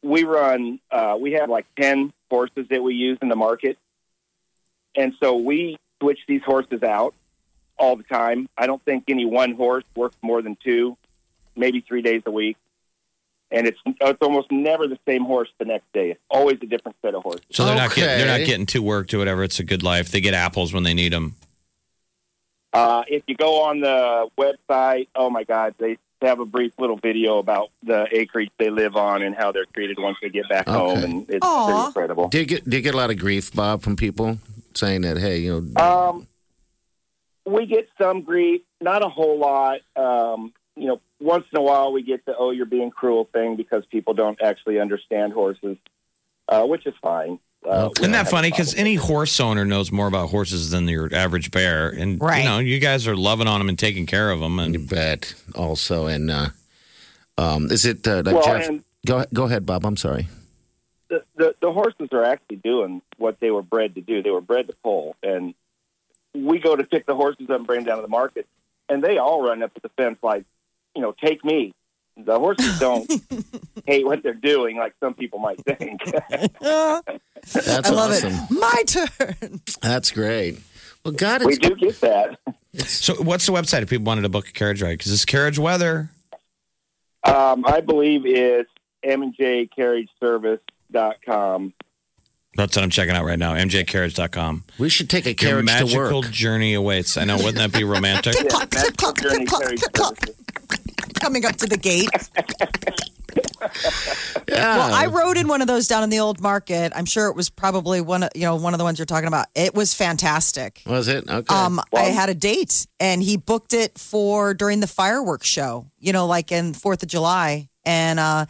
G: We run, uh, we have like 10 horses that we use in the market. And so we switch these horses out all the time. I don't think any one horse works more than two, maybe three days a week. And it's, it's almost never the same horse the next day. It's always a different set of horses.
E: So they're not getting they're not
A: Okay.
E: getting too worked or whatever. It's a good life. They get apples when they need them.
G: Uh, if you go on the website, oh my God, they have a brief little video about the acreage they live on and how they're treated once they get back
A: Okay.
G: home, and it's
B: Aw.
G: pretty incredible.
A: Do you get do you get a lot of grief, Bob, from people saying that? Hey, you know,
G: Um, we get some grief, not a whole lot. Um, you know, once in a while we get the "oh, you're being cruel" thing because people don't actually understand horses, uh, which is fine. Uh,
A: Okay.
E: Isn't
G: we don't
E: that
G: have
E: funny?
G: a
E: Because
G: problem.
E: any horse owner knows more about horses than your average bear, and
B: Right.
E: you know you guys are loving on them and taking care of them.
A: you
E: And
A: bet. Also, and uh, um, is it uh, like
G: well,
A: Jeff?
G: and
A: Go go ahead, Bob. I'm sorry.
G: the, the the horses are actually doing what they were bred to do. They were bred to pull, and we go to pick the horses up and bring them down to the market, and they all run up to the fence like, you know, take me. The horses don't hate what they're doing, like some people might think.
B: Uh,
A: That's
B: I love
A: awesome.
B: it. My turn.
A: That's great. Well, God,
G: we
A: it's
G: do get that.
E: so, what's the website if people wanted to book a carriage ride? Because it's carriage weather.
G: Um, I believe it's M and J Carriage Service dot com.
E: That's what I'm checking out right now. MJCarriage.com.
A: we should take a
E: Your
A: carriage to
E: magical
A: work.
E: journey awaits. I know. Wouldn't that be romantic?
B: Clock, click, clock, click, clock, click, clock. Coming up to the gate.
A: Yeah.
B: Well, I rode in one of those down in the old market. I'm sure it was probably one of you know one of the ones you're talking about. It was fantastic.
A: was it okay?
B: Um, I
G: Wow.
B: had a date, and he booked it for during the fireworks show. You know, like in Fourth of July, and uh,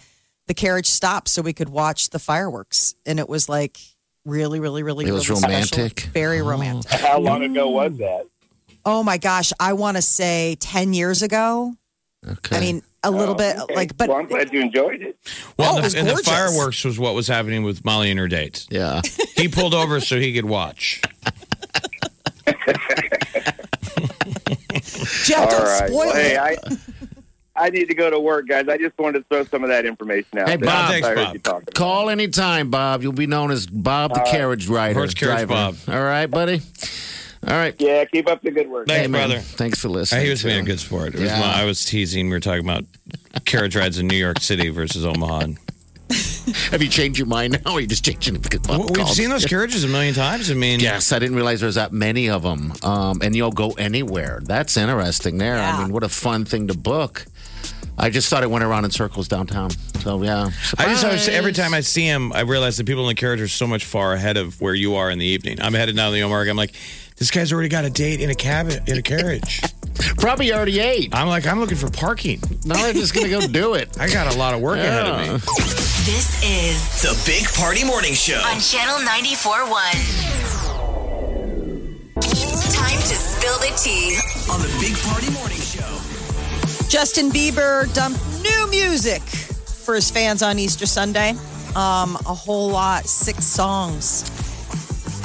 B: the carriage stopped so we could watch the fireworks, and it was like really, really, really.
A: It was
B: really special.
A: romantic?
B: very
G: Oh.
B: romantic.
G: How long ago was that?
B: Oh my gosh, I want to say ten years ago.
A: okay.
B: I mean, a little bit
G: Uh, Oh, Okay.
B: like, but
G: well, I'm glad you enjoyed it.
B: Oh,
E: Well,
B: it
E: and
B: was
E: the, and the
B: gorgeous.
E: fireworks was what was happening with Molly and her date.
A: yeah.
E: He pulled over so he could watch.
B: Jeff,
G: All
B: don't
G: right.
B: spoil
G: Well,
B: it.
G: hey, I, I need to go to work, guys. I just wanted to throw some of that information out.
A: Hey,
G: there.
A: Bob.
E: Thanks,
G: I heard
E: Bob.
G: you talking about
A: Call anytime, Bob. You'll be known as Bob the Carriage Rider.
E: Horse carriage
A: driver.
E: Bob.
A: All right, buddy. All right.
G: it. Yeah, keep up the good work.
E: Thanks,
A: Hey, man.
E: brother.
A: Thanks for listening.
E: I he was
A: to-
E: being a good sport. It was
A: Yeah.
E: my- I was teasing. We were talking about carriage rides in New York City versus Omaha. And
A: Have you changed your mind now? Or are you just changing it because Bob
E: Well, We've
A: called?
E: seen those carriages a million times. I mean,
A: Yes, I didn't realize there's that many of them. Um, and you'll go anywhere. That's interesting. There. I
B: Yeah.
A: mean, what a fun thing to book. I just thought it went around in circles downtown. So yeah.
E: I just always, every
A: Surprise.
E: time I see him, I realize that people in the carriage are so much far ahead of where you are in the evening. I'm headed down to the Omark. I'm like, this guy's already got a date in a cabin in a carriage.
A: probably already ate.
E: I'm like, I'm looking for parking.
A: Now they're just gonna go do it.
E: I got a lot of work ahead of me.
C: This is
D: The Big Party Morning Show.
C: on Channel 94.1. Time to spill the tea.
D: On the Big Party Morning Show.
B: Justin Bieber dumped new music for his fans on Easter Sunday. Um, a whole lot, six songs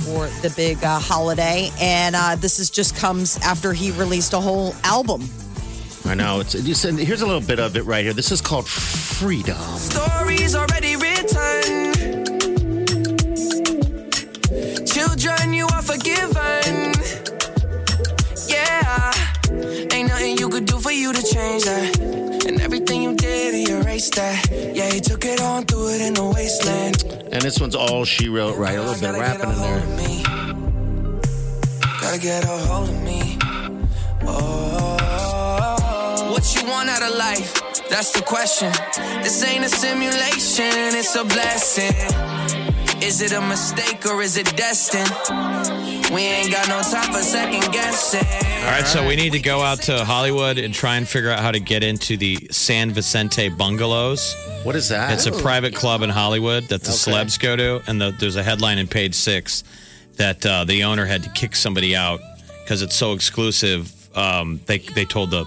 B: for the big uh, holiday, and uh, this is just comes after he released a whole album.
A: I know. It's you said, here's a little bit of it right here. This is called freedom.
F: stories already written. Children, you are forgiven. Yeah, ain't nothing you could do for you to change that. And everything on through it in the wasteland.
A: And this one's all she wrote, right? A little bit of rapping in there.
F: me. Gotta get a hold of me. Oh. What you want out of life? That's the question. This ain't a simulation, it's a blessing. Is it a mistake or is it destined? We ain't got no time for second guessing.
E: All right, so we need to go out to Hollywood and try and figure out how to get into the San Vicente bungalows.
A: What is that?
E: It's a private club in Hollywood that the
A: Okay.
E: celebs go to, and the, there's a headline in page six that uh, the owner had to kick somebody out because it's so exclusive. Um, they they told the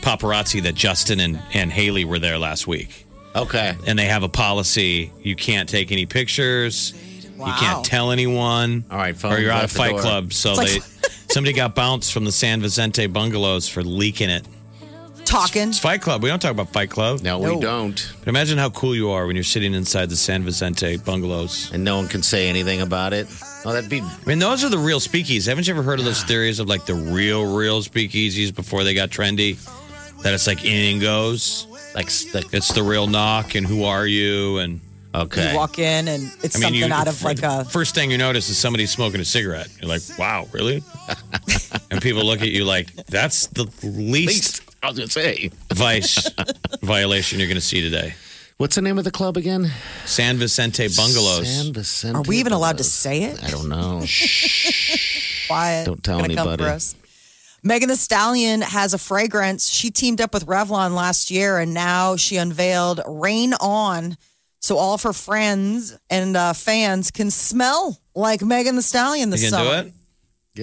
E: paparazzi that Justin and, and Haley were there last week,
A: okay.
E: and they have a policy: you can't take any pictures, you
B: Wow.
E: can't tell anyone,
A: All right,
E: or
A: phones
E: you're out
A: out
E: of
A: the
E: Fight
A: door.
E: Club. So they somebody got bounced from the San Vicente bungalows for leaking it.
B: Talking.
E: It's Fight Club. We don't talk about Fight Club.
A: No, we don't.
E: But imagine how cool you are when you're sitting inside the San Vicente bungalows.
A: And no one can say anything about it. Oh, that'd be
E: I mean, those are the real speakeasies. Haven't you ever heard of those theories of like the real, real speakeasies before they got trendy? That it's like anything goes.
A: like, s- like
E: It's the real knock and who are you? And
A: okay.
B: You walk in and it's
E: I mean,
B: something
E: you,
B: out of like a.
E: first thing you notice is somebody smoking a cigarette. You're like, wow, really? and people look at you like, that's the least,
A: Least, I was gonna say.
E: vice violation you're going to see today.
A: What's the name of the club again?
E: San Vicente bungalows.
A: San Vicente.
B: Are we even allowed to
A: Bungalows.
B: say it?
A: I don't know.
B: quiet.
A: Don't tell
B: Gonna Come
A: anybody.
B: for us. Megan Thee Stallion has a fragrance. She teamed up with Revlon last year, and now she unveiled Rain On, so all of her friends and uh, fans can smell like Megan Thee Stallion this
E: you going
B: summer.
E: to do it?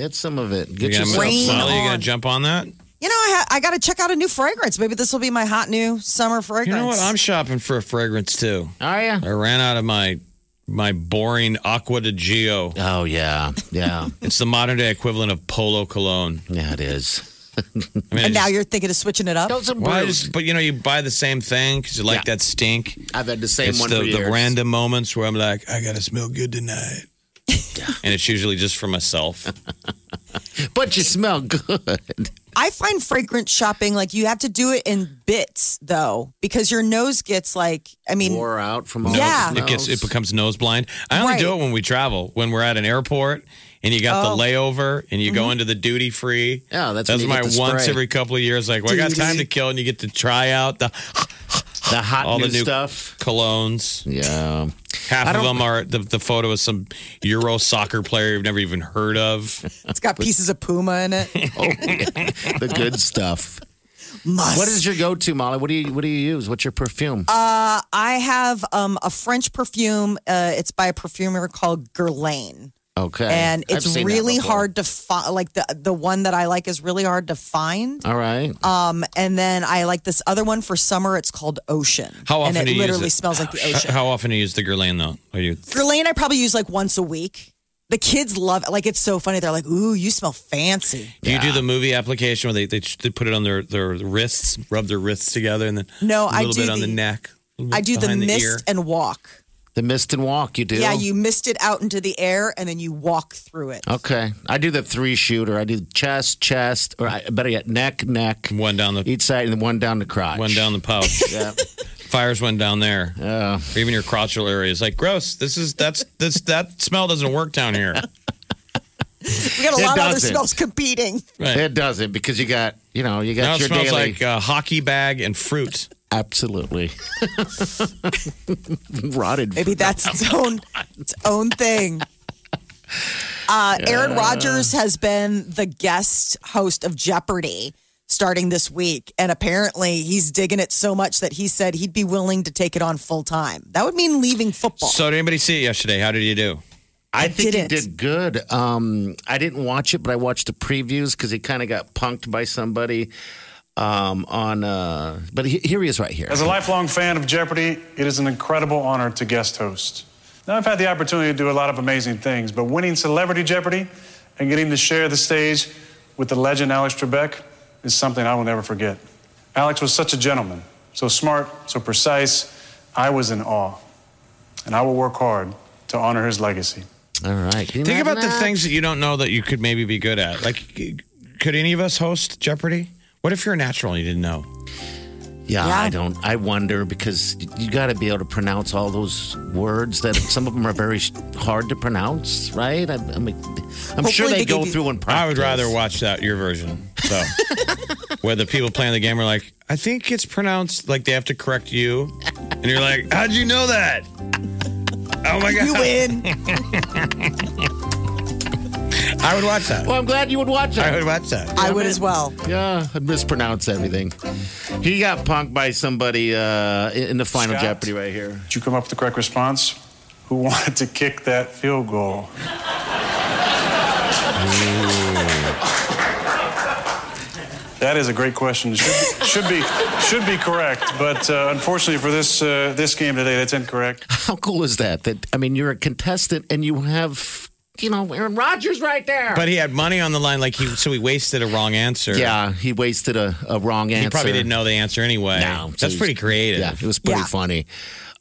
A: Get some of it.
E: You're
A: Get
E: gonna,
A: yourself
B: Rain
A: some.
E: Molly, you
B: on.
E: going to jump on that?
B: You know, I, ha- I got to check out a new fragrance. Maybe this will be my hot new summer fragrance.
E: You know what? I'm shopping for a fragrance too.
A: Are ya?
E: I ran out of my my boring Aqua de Gio.
A: Oh yeah, yeah,
E: It's the modern day equivalent of Polo cologne.
A: yeah. It is.
E: I mean,
B: and
E: I
B: now
E: just-
B: you're thinking of switching it up.
A: Those are
E: well, I
A: brews.
E: just- but you know, you buy the same thing because you like
A: Yeah.
E: that stink.
A: I've had the same
E: it's
A: one
E: the,
A: for
E: the
A: years.
E: random moments where I'm like, I gotta smell good tonight, and it's usually just for myself.
A: But you smell good.
B: I find fragrance shopping like you have to do it in bits though, because your nose gets like I mean,
A: Wore out from all
B: Yeah.
A: the
E: It gets it
A: smells.
E: becomes nose blind. I only do it
B: Right.
E: when we travel, when we're at an airport and you
A: Oh.
E: got the layover and you
A: Mm-hmm.
E: go into the duty free.
A: Yeah, that's
E: that's
A: when you
E: my
A: get the
E: once
A: spray.
E: every couple of years. Like, well, I got time to kill, and you get to try out the
A: the hot
E: all
A: new,
E: the new
A: stuff.
E: colognes.
A: Yeah.
E: Half
A: I
E: of
A: don't-
E: them are the, the photo of some Euro soccer player you've never even heard of.
B: it's got pieces of puma in it.
A: the good stuff.
B: Musk.
A: What is your go-to, Molly? What do you What do you use? What's your perfume?
B: Uh, I have um, a French perfume. Uh, it's by a perfumer called Guerlain,
A: okay,
B: and
A: I've
B: it's
A: seen that
B: really
A: before.
B: hard to find. Like the the one that I like is really hard to find.
A: All right.
E: Mm.
B: Um, and then I like this other one for summer. It's called Ocean.
E: How often
B: and
E: do
B: it
E: you use
B: literally
E: it?
B: smells like the ocean.
E: How often do you use the Guerlain though? Are you?
B: Guerlain, I probably use like once a week. The kids love it. Like it's so funny. They're like, "Ooh, you smell fancy."
E: Do you do the movie application where they, they they put it on their their wrists, rub their wrists together, and then
B: No,
E: a
B: I
E: little
B: do
E: bit on the,
B: the-
E: neck. a little
B: I
E: bit
B: do the
E: behind
B: mist
E: ear.
B: and walk.
A: the mist and walk. You do.
B: Yeah, you mist it out into the air and then you walk through it.
A: Okay, I do the three shooter. I do chest, chest, or I, better yet, neck, neck,
E: one down the
A: each side, and then one down the crotch.
E: one down the pouch.
A: Yeah.
E: Fires one down there.
A: Yeah.
E: Or even your crotchal area is like gross. This is that's this that smell doesn't work down here.
B: We got a
A: It
B: lot of other
A: doesn't.
B: smells competing.
E: Right.
A: It does it because you got you know you
E: Now
A: got your
E: it smells
A: daily.
E: like uh, a hockey bag and fruit.
A: Absolutely. Rotted.
B: Maybe that's its own its own thing. Uh, Aaron Rodgers has been the guest host of Jeopardy starting this week, and apparently he's digging it so much that he said he'd be willing to take it on full time. That would mean leaving football.
E: So did anybody see it yesterday? How did you do?
A: I think
B: didn't.
A: he did good. Um, I didn't watch it, but I watched the previews because he kind of got punked by somebody um, on. Uh, but he, here he is, right here.
H: As a lifelong fan of Jeopardy, it is an incredible honor to guest host. Now, I've had the opportunity to do a lot of amazing things, but winning Celebrity Jeopardy and getting to share the stage with the legend Alex Trebek is something I will never forget. Alex was such a gentleman, so smart, so precise. I was in awe, and I will work hard to honor his legacy.
A: All right. Can you
E: Think about the
A: imagine that?
E: things that you don't know that you could maybe be good at. Like, could any of us host Jeopardy? What if you're a natural and you didn't know?
A: Yeah,
B: Yeah.
A: I don't. I wonder because you got to be able to pronounce all those words that some of them are very sh- hard to pronounce, right? I, I mean, I'm sure
B: Hopefully
A: they,
B: they
A: go
B: give you-
A: through and practice.
E: I would rather watch that your version. So where the people playing the game are like, I think it's pronounced like they have to correct you, and you're like, how'd you know that? Oh my god!
B: You win.
E: I would watch that.
A: Well, I'm glad you would watch it.
E: I would watch that.
B: I would as well.
A: Yeah, I mispronounce everything. He got punked by somebody uh, in in the final
H: Scott?
A: Jeopardy right here.
H: Did you come up with the correct response? Who wanted to kick that field goal? That is a great question. Should, should be should be correct, but uh, unfortunately for this uh, this game today, that's incorrect.
A: How cool is that? That I mean, you're a contestant and you have, you know, Aaron Rodgers right there.
E: But he had money on the line, like he so he wasted a wrong answer.
A: yeah, he wasted a, a wrong answer.
E: he probably didn't know the answer anyway.
A: No,
E: That's pretty creative.
A: Yeah, it was pretty
B: Yeah.
A: funny.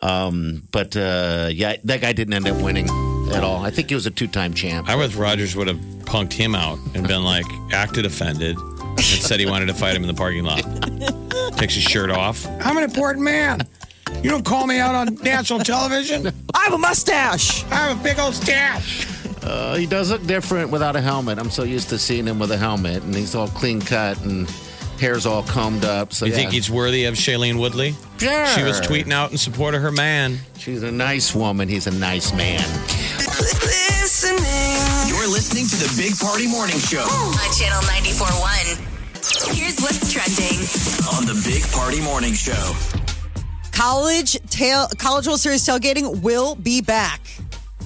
A: Um, but uh, yeah, that guy didn't end up winning at all. I think he was a two-time champ.
E: I wish Rogers would have punked him out and been like acted offended and said he wanted to fight him in the parking lot. Takes his shirt off. I'm an important man. You don't call me out on national television.
B: I have a mustache.
E: I have a big old stash.
A: Uh, he does look different without a helmet. I'm so used to seeing him with a helmet, and he's all clean cut and hair's all combed up. So
E: You
A: yeah.
E: think he's worthy of Shailene Woodley?
A: Sure.
E: She was tweeting out in support of her man.
A: She's a nice woman. He's a nice man.
F: Listening.
D: You're listening to the Big Party Morning Show
C: on Channel 94.1. Here's what's trending.
D: on the Big Party Morning Show.
B: College tail College World Series tailgating will be back.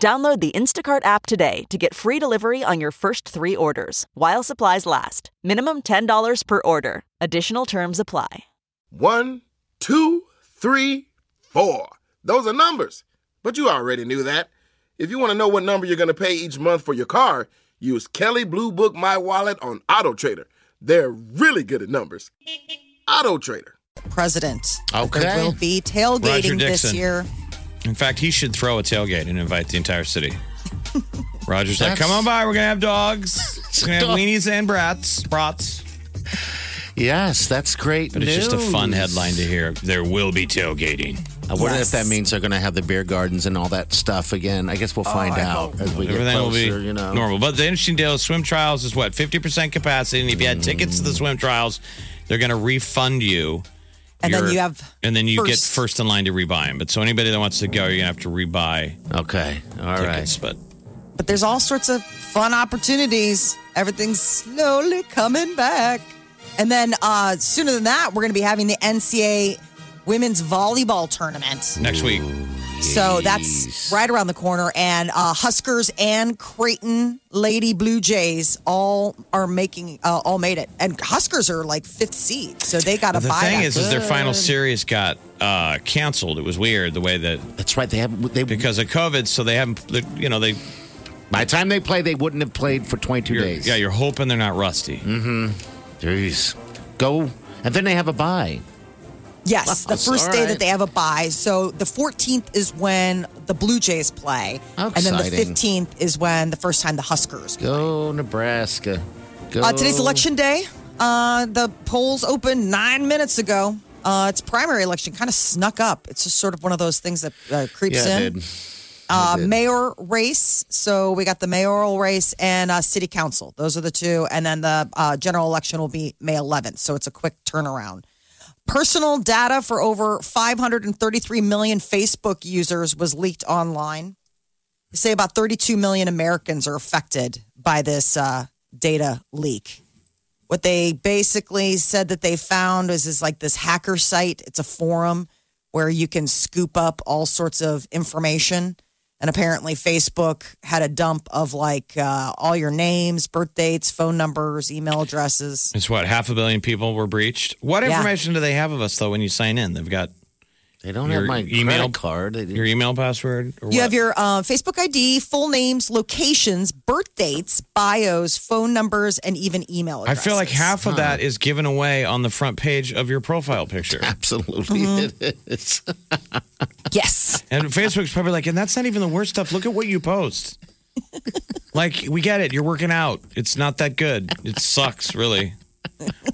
I: Download the Instacart app today to get free delivery on your first three orders while supplies last. Minimum $10 per order. Additional terms apply.
J: One, two, three, four. Those are numbers. But you already knew that. If you want to know what number you're going to pay each month for your car, use Kelly Blue Book My Wallet on Auto Trader. They're really good at numbers. Auto Trader.
B: president.
A: Okay.
B: There will be tailgating
E: Roger
B: this
E: Dixon.
B: year.
E: In fact, he should throw a tailgate and invite the entire city. Roger's like,
A: That's-
E: come on by. We're gonna have dogs. We're gonna have weenies and brats. Brats.
A: Yes, that's great.
E: But it's just a fun
A: news.
E: headline to hear. There will be tailgating.
A: I wonder
B: Yes.
A: if that means they're going to have the beer gardens and all that stuff again. I guess we'll find out as we get
E: Everything
A: closer.
E: will be
A: you know,
E: normal. But the interesting deal is swim trials is what, 50% capacity. And if you had tickets to the swim trials, they're going to refund you.
B: And then
E: your-
B: you have
E: And then you get
B: first.
E: first in line to rebuy them. But so anybody that wants to go, you're going to have to rebuy
A: Okay, all right.
E: tickets. But
B: But there's all sorts of fun opportunities. Everything's slowly coming back. And then uh, sooner than that, we're going to be having the NCAA women's volleyball tournament.
E: next week,
B: So that's right around the corner. And uh, Huskers and Creighton Lady Blue Jays all are making, uh, all made it. And Huskers are like fifth seed. So they got to
E: the
B: buy
E: thing
B: that.
E: is, is their final series got uh, canceled. It was weird the way that,
A: That's right. They haven't. They
E: because of COVID, so they haven't, they- you know, they,
A: by the time they play, they wouldn't have played for 22
E: you're,
A: days.
E: yeah, you're hoping they're not rusty.
A: Jeez, go and then they have a bye.
B: Yes, the
A: Wow,
B: first
A: all
B: day
A: right.
B: that they have a bye. So the 14th is when the Blue Jays play,
A: How
B: and then the
A: exciting.
B: 15th is when the first time the Huskers. play.
A: Go Nebraska. Go.
B: Uh, today's election day. Uh, the polls opened nine minutes ago. Uh, it's primary election, kind of snuck up. It's just sort of one of those things that uh, creeps
A: Yeah, I
B: in.
A: did.
B: Uh,
A: did.
B: mayor race. So we got the mayoral race and uh, city council. Those are the two. And then the uh, general election will be May 11th. So it's a quick turnaround. Personal data for over 533 million Facebook users was leaked online. They say about 32 million Americans are affected by this uh, data leak. What they basically said that they found is is like this hacker site. It's a forum where you can scoop up all sorts of information, and And apparently, Facebook had a dump of like uh, all your names, birth dates, phone numbers, email addresses.
E: It's what half a billion people were breached. What
B: Yeah.
E: information do they have of us though when you sign in? They've got
A: they don't
E: your
A: have my
E: email
A: credit card.
E: your email password. Or
B: You
E: what?
B: have your uh, Facebook ID, full names, locations, birth dates, bios, phone numbers, and even email
E: I
B: addresses.
E: feel like half of that is given away on the front page of your profile picture.
A: Absolutely,
B: Mm-hmm.
A: it is.
B: yes.
E: And Facebook's probably like, and that's not even the worst stuff. Look at what you post. like, we get it. You're working out. It's not that good. It sucks, really.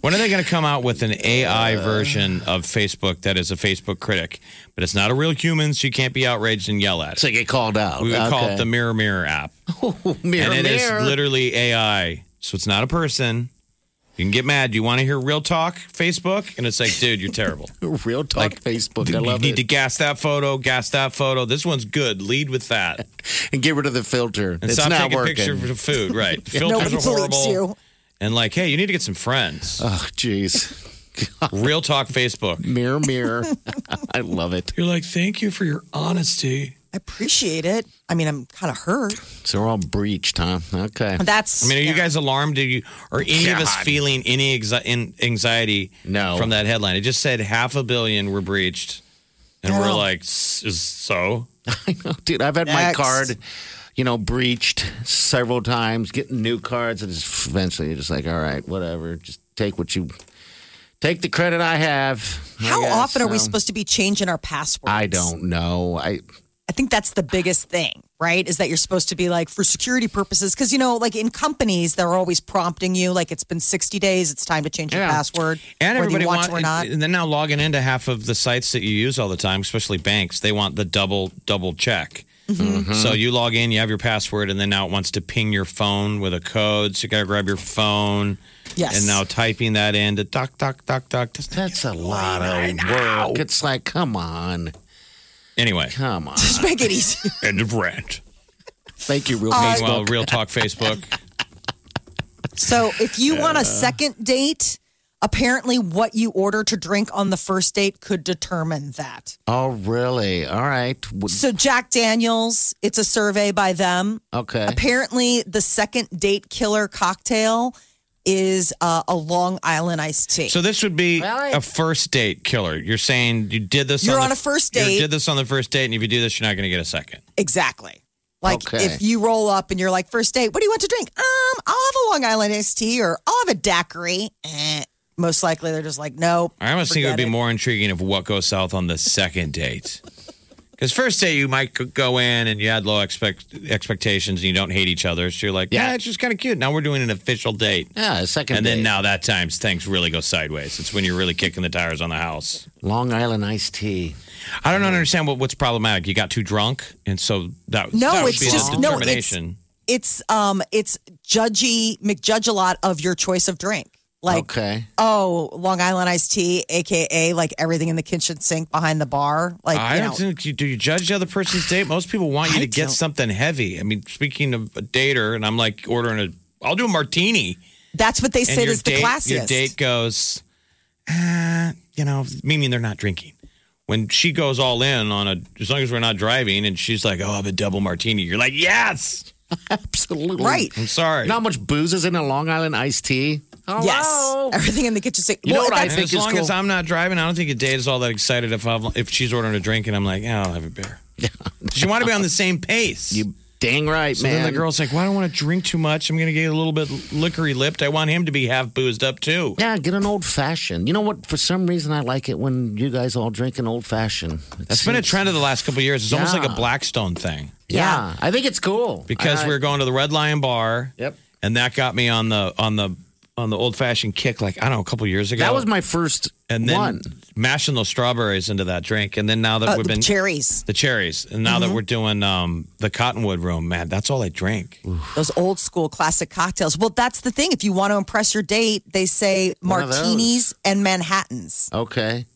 E: When are they going to come out with an AI
A: Uh.
E: version of Facebook that is a Facebook critic, but it's not a real human, so you can't be outraged and yell at? It. So
A: you get called out.
E: We would call
A: Okay.
E: it the Mirror Mirror app,
A: Mirror,
E: and it is
A: mirror.
E: literally AI. So it's not a person. You can get mad. You want to hear real talk, Facebook, and it's like, dude, you're terrible.
A: Real talk Facebook. I
E: you
A: love
E: need
A: it.
E: to gas that photo, gas that photo. This one's good. Lead with that.
A: and get rid of the filter.
E: And
A: it's
E: stop
A: not
E: taking
A: working.
E: pictures of food, right?
A: Yeah.
E: Filters
A: Nobody
E: are
A: believes
E: horrible.
A: you.
E: And like, hey, you need to get some friends.
A: Oh, jeez.
E: Real talk Facebook.
A: Mirror, mirror. I love it.
E: You're like, thank you for your honesty.
B: I appreciate it. I mean, I'm kind of hurt.
A: So we're all breached, huh? Okay.
B: That's.
E: I mean, are you guys alarmed? Do you are any of us
A: God.
E: feeling any exi- in- anxiety
A: No.
E: from that headline? It just said half a billion were breached, and we're
A: No.
E: like, "S- is so.
A: I know, dude. I've had my
E: Next.
A: card, you know, breached several times, getting new cards, and just eventually you're just like, all right, whatever. Just take what you take the credit I have.
B: How often are we supposed to be changing our passwords?
A: I don't know. I
B: I think that's the biggest thing, right? Is that you're supposed to be like for security purposes because you know, like in companies, they're always prompting you, like it's been 60 days, it's time to change your password,
E: And
B: whether
E: everybody
B: you want
E: wants
B: to or not.
E: And they're now logging into half of the sites that you use all the time, especially banks. They want the double double check.
B: Mhm. Mhm.
E: So you log in, you have your password, and then now it wants to ping your phone with a code. So you gotta grab your phone.
A: Yes.
E: And now typing that in to doc doc doc doc.
A: That's a lot of work. It's like, come on.
E: Anyway.
A: Come on.
B: Just make it easy.
E: End of rant.
A: Thank you, real
B: Uh,
E: Meanwhile,
A: Facebook.
E: real talk Facebook.
B: So if you want
E: Uh.
B: a second date, apparently what you order to drink on the first date could determine that.
A: Oh, really? All right. W-
B: So Jack Daniels, it's a survey by them.
A: Okay.
B: Apparently, the second date killer cocktail is uh, a Long Island iced tea.
E: So this would be
B: Really?
E: a first date killer. You're saying you did this.
B: You're
E: on,
B: on a first
E: you
B: date.
E: did this on the first date, and if you do this, you're not going to get a second.
B: Exactly. Like
E: Okay.
B: if you roll up and you're like, first date, what do you want to drink? Um, I'll have a Long Island iced tea or I'll have a daiquiri. Eh, most likely they're just like, nope.
E: I almost think it would be
B: forget
E: more intriguing of what goes south on the second date. Because first date, you might c- go in and you had low expect expectations and you don't hate each other. So you're like, yeah, it's just kind of cute. Now we're doing an official date.
A: Yeah, a second
E: And
A: date.
E: then now that times things really go sideways. It's when you're really kicking the tires on the house.
A: Long Island iced tea.
E: I don't understand what, what's problematic. You got too drunk, and so that
B: No,
E: that would
B: it's
E: be
B: just-
E: the
B: no, it's-
E: determination.
B: It's um it's judgy McJudge a lot of your choice of drink. Like
A: okay.
B: oh, Long Island iced tea, aka like everything in the kitchen sink behind the bar. Like
E: I
B: you
E: don't
B: know,
E: think you do you judge the other person's date. Most people want you to get something heavy. I mean, speaking of a dater, and I'm like ordering a, I'll do a martini.
B: that's what they
E: And
B: said
E: your
B: is the
E: date- Your
B: classiest.
E: date goes, uh, you know, meaning they're not drinking. When she goes all in on a, as long as we're not driving, and she's like, "Oh, I have a double martini," you're like, "Yes,
A: absolutely,
E: Right. I'm sorry.
A: Not much booze is in a Long Island iced tea.
B: Yes. Everything in the kitchen sink.
A: You know what I
B: that's-
E: And
A: think
E: as
A: is
E: long
A: cool.
E: as I'm not driving, I don't think a date is all that excited if I'm, if she's ordering a drink and I'm like, "Yeah, I'll have a beer." she want to be on the same pace. You
A: dang right,
E: so Then the
A: man.
E: girl's like, "Well, I don't want to drink too much. I'm going to get a little bit liquory lipped. I want him to be half boozed up too."
A: Yeah, get an old fashioned. You know what? For some reason, I like it when you guys all drink an old fashioned.
E: That's been a trend of the last couple of years. It's almost
A: Yeah.
E: like a Blackstone thing.
A: Yeah, I think it's cool
E: because
A: I-
E: we are going to the Red Lion Bar.
A: Yep.
E: And that got me on the on the on the old fashioned kick, like I don't know, a couple years ago.
A: That was my first
E: and then
A: one.
E: mashing those strawberries into that drink, and then now that
B: Uh,
E: we've
B: the
E: been
B: cherries.
E: the cherries, and now
A: Mm-hmm.
E: that
B: Mhm.
E: we're doing um, the Cottonwood Room, man, that's all I drink.
B: Those old school classic cocktails. Well, that's the thing. If you want to impress your date, they say
A: One of those.
B: martinis and Manhattans.
A: Okay.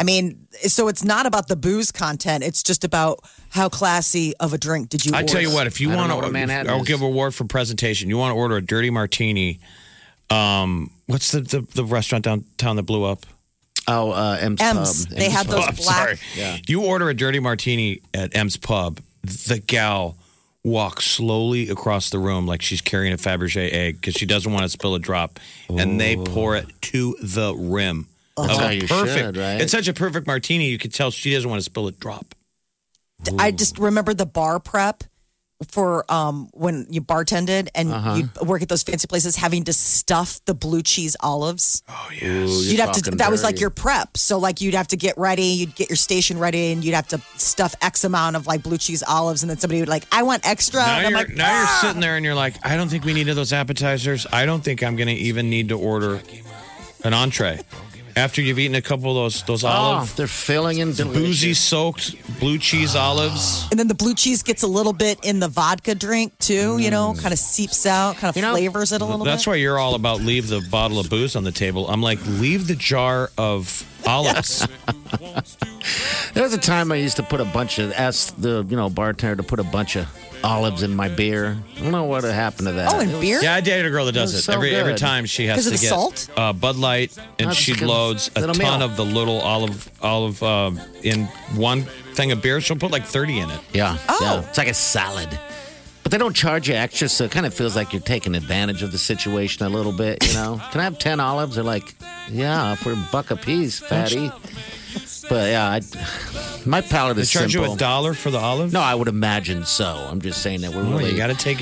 B: I mean, so it's not about the booze content. It's just about how classy of a drink did you
E: I
B: order.
E: tell you what, if you want to,
A: Manhattan
E: I'll
A: is.
E: give award for presentation. You want to order a dirty martini? Um, what's the, the the restaurant downtown that blew up?
A: Oh, uh, M's,
E: M's.
A: Pub.
E: They have those
A: Pub,
E: black-
A: sorry. Yeah.
E: You order a dirty martini at M's Pub, the gal walk slowly across the room like she's carrying a Fabergé egg because she doesn't want to spill a drop, and they pour it to the rim.
A: That's
E: Of a
A: how you
E: perfect,
A: should, right?
E: It's such a perfect martini. You could tell she doesn't want to spill a drop.
B: I just remember the bar prep for um, when you bartended and
E: Uh-huh.
B: you work at those fancy places, having to stuff the blue cheese olives. Oh
E: yes, you're
B: you'd have to.
E: talking
B: That was like
E: dirty.
B: your prep. So like you'd have to get ready, you'd get your station ready, and you'd have to stuff X amount of like blue cheese olives, and then somebody would like, I want extra.
E: Now,
B: and I'm
E: you're,
B: like,
E: now you're sitting there and you're like, I don't think we need those appetizers. I don't think I'm going to even need to order an entree. After you've eaten a couple of those those
A: Oh.
E: olive,
A: they're filling in
E: boozy soaked blue cheese olives.
B: "Ah." And then the blue cheese gets a little bit in the vodka drink too. You know, kind of seeps out, kind of flavors it a little
E: Mm. That's
B: bit.
E: why you're all about leave the bottle of booze on the table. I'm like, leave the jar of olives.
A: There was a time I used to put a bunch of ask the you know bartender to put a bunch of olives in my beer. I don't know what happened to that.
E: Oh, in
A: It was-
E: beer? Yeah, I dated a girl that does
A: was
E: it,
A: so
E: every every
A: good.
E: time she has
A: 'Cause
E: to
A: of the
E: get
A: salt?
E: Uh, Bud Light, and
A: That's
E: she
A: good.
E: loals a
A: Little
E: ton
A: meal.
E: of the little olive olive uh, in one thing of beer. She'll put like thirty in it.
A: Yeah.
E: Oh.
A: yeah. It's like a salad. But they don't charge you extra, so it kind of feels like you're taking advantage of the situation a little bit, you know? Can I have 10 olives? They're like, yeah, for a buck a piece, fatty. But yeah, I, my palate
E: They
A: is
E: charge you
A: simple.
E: a dollar for the olives?
A: No, I would imagine so. I'm just saying that we're
E: Well,
A: really
E: you got to take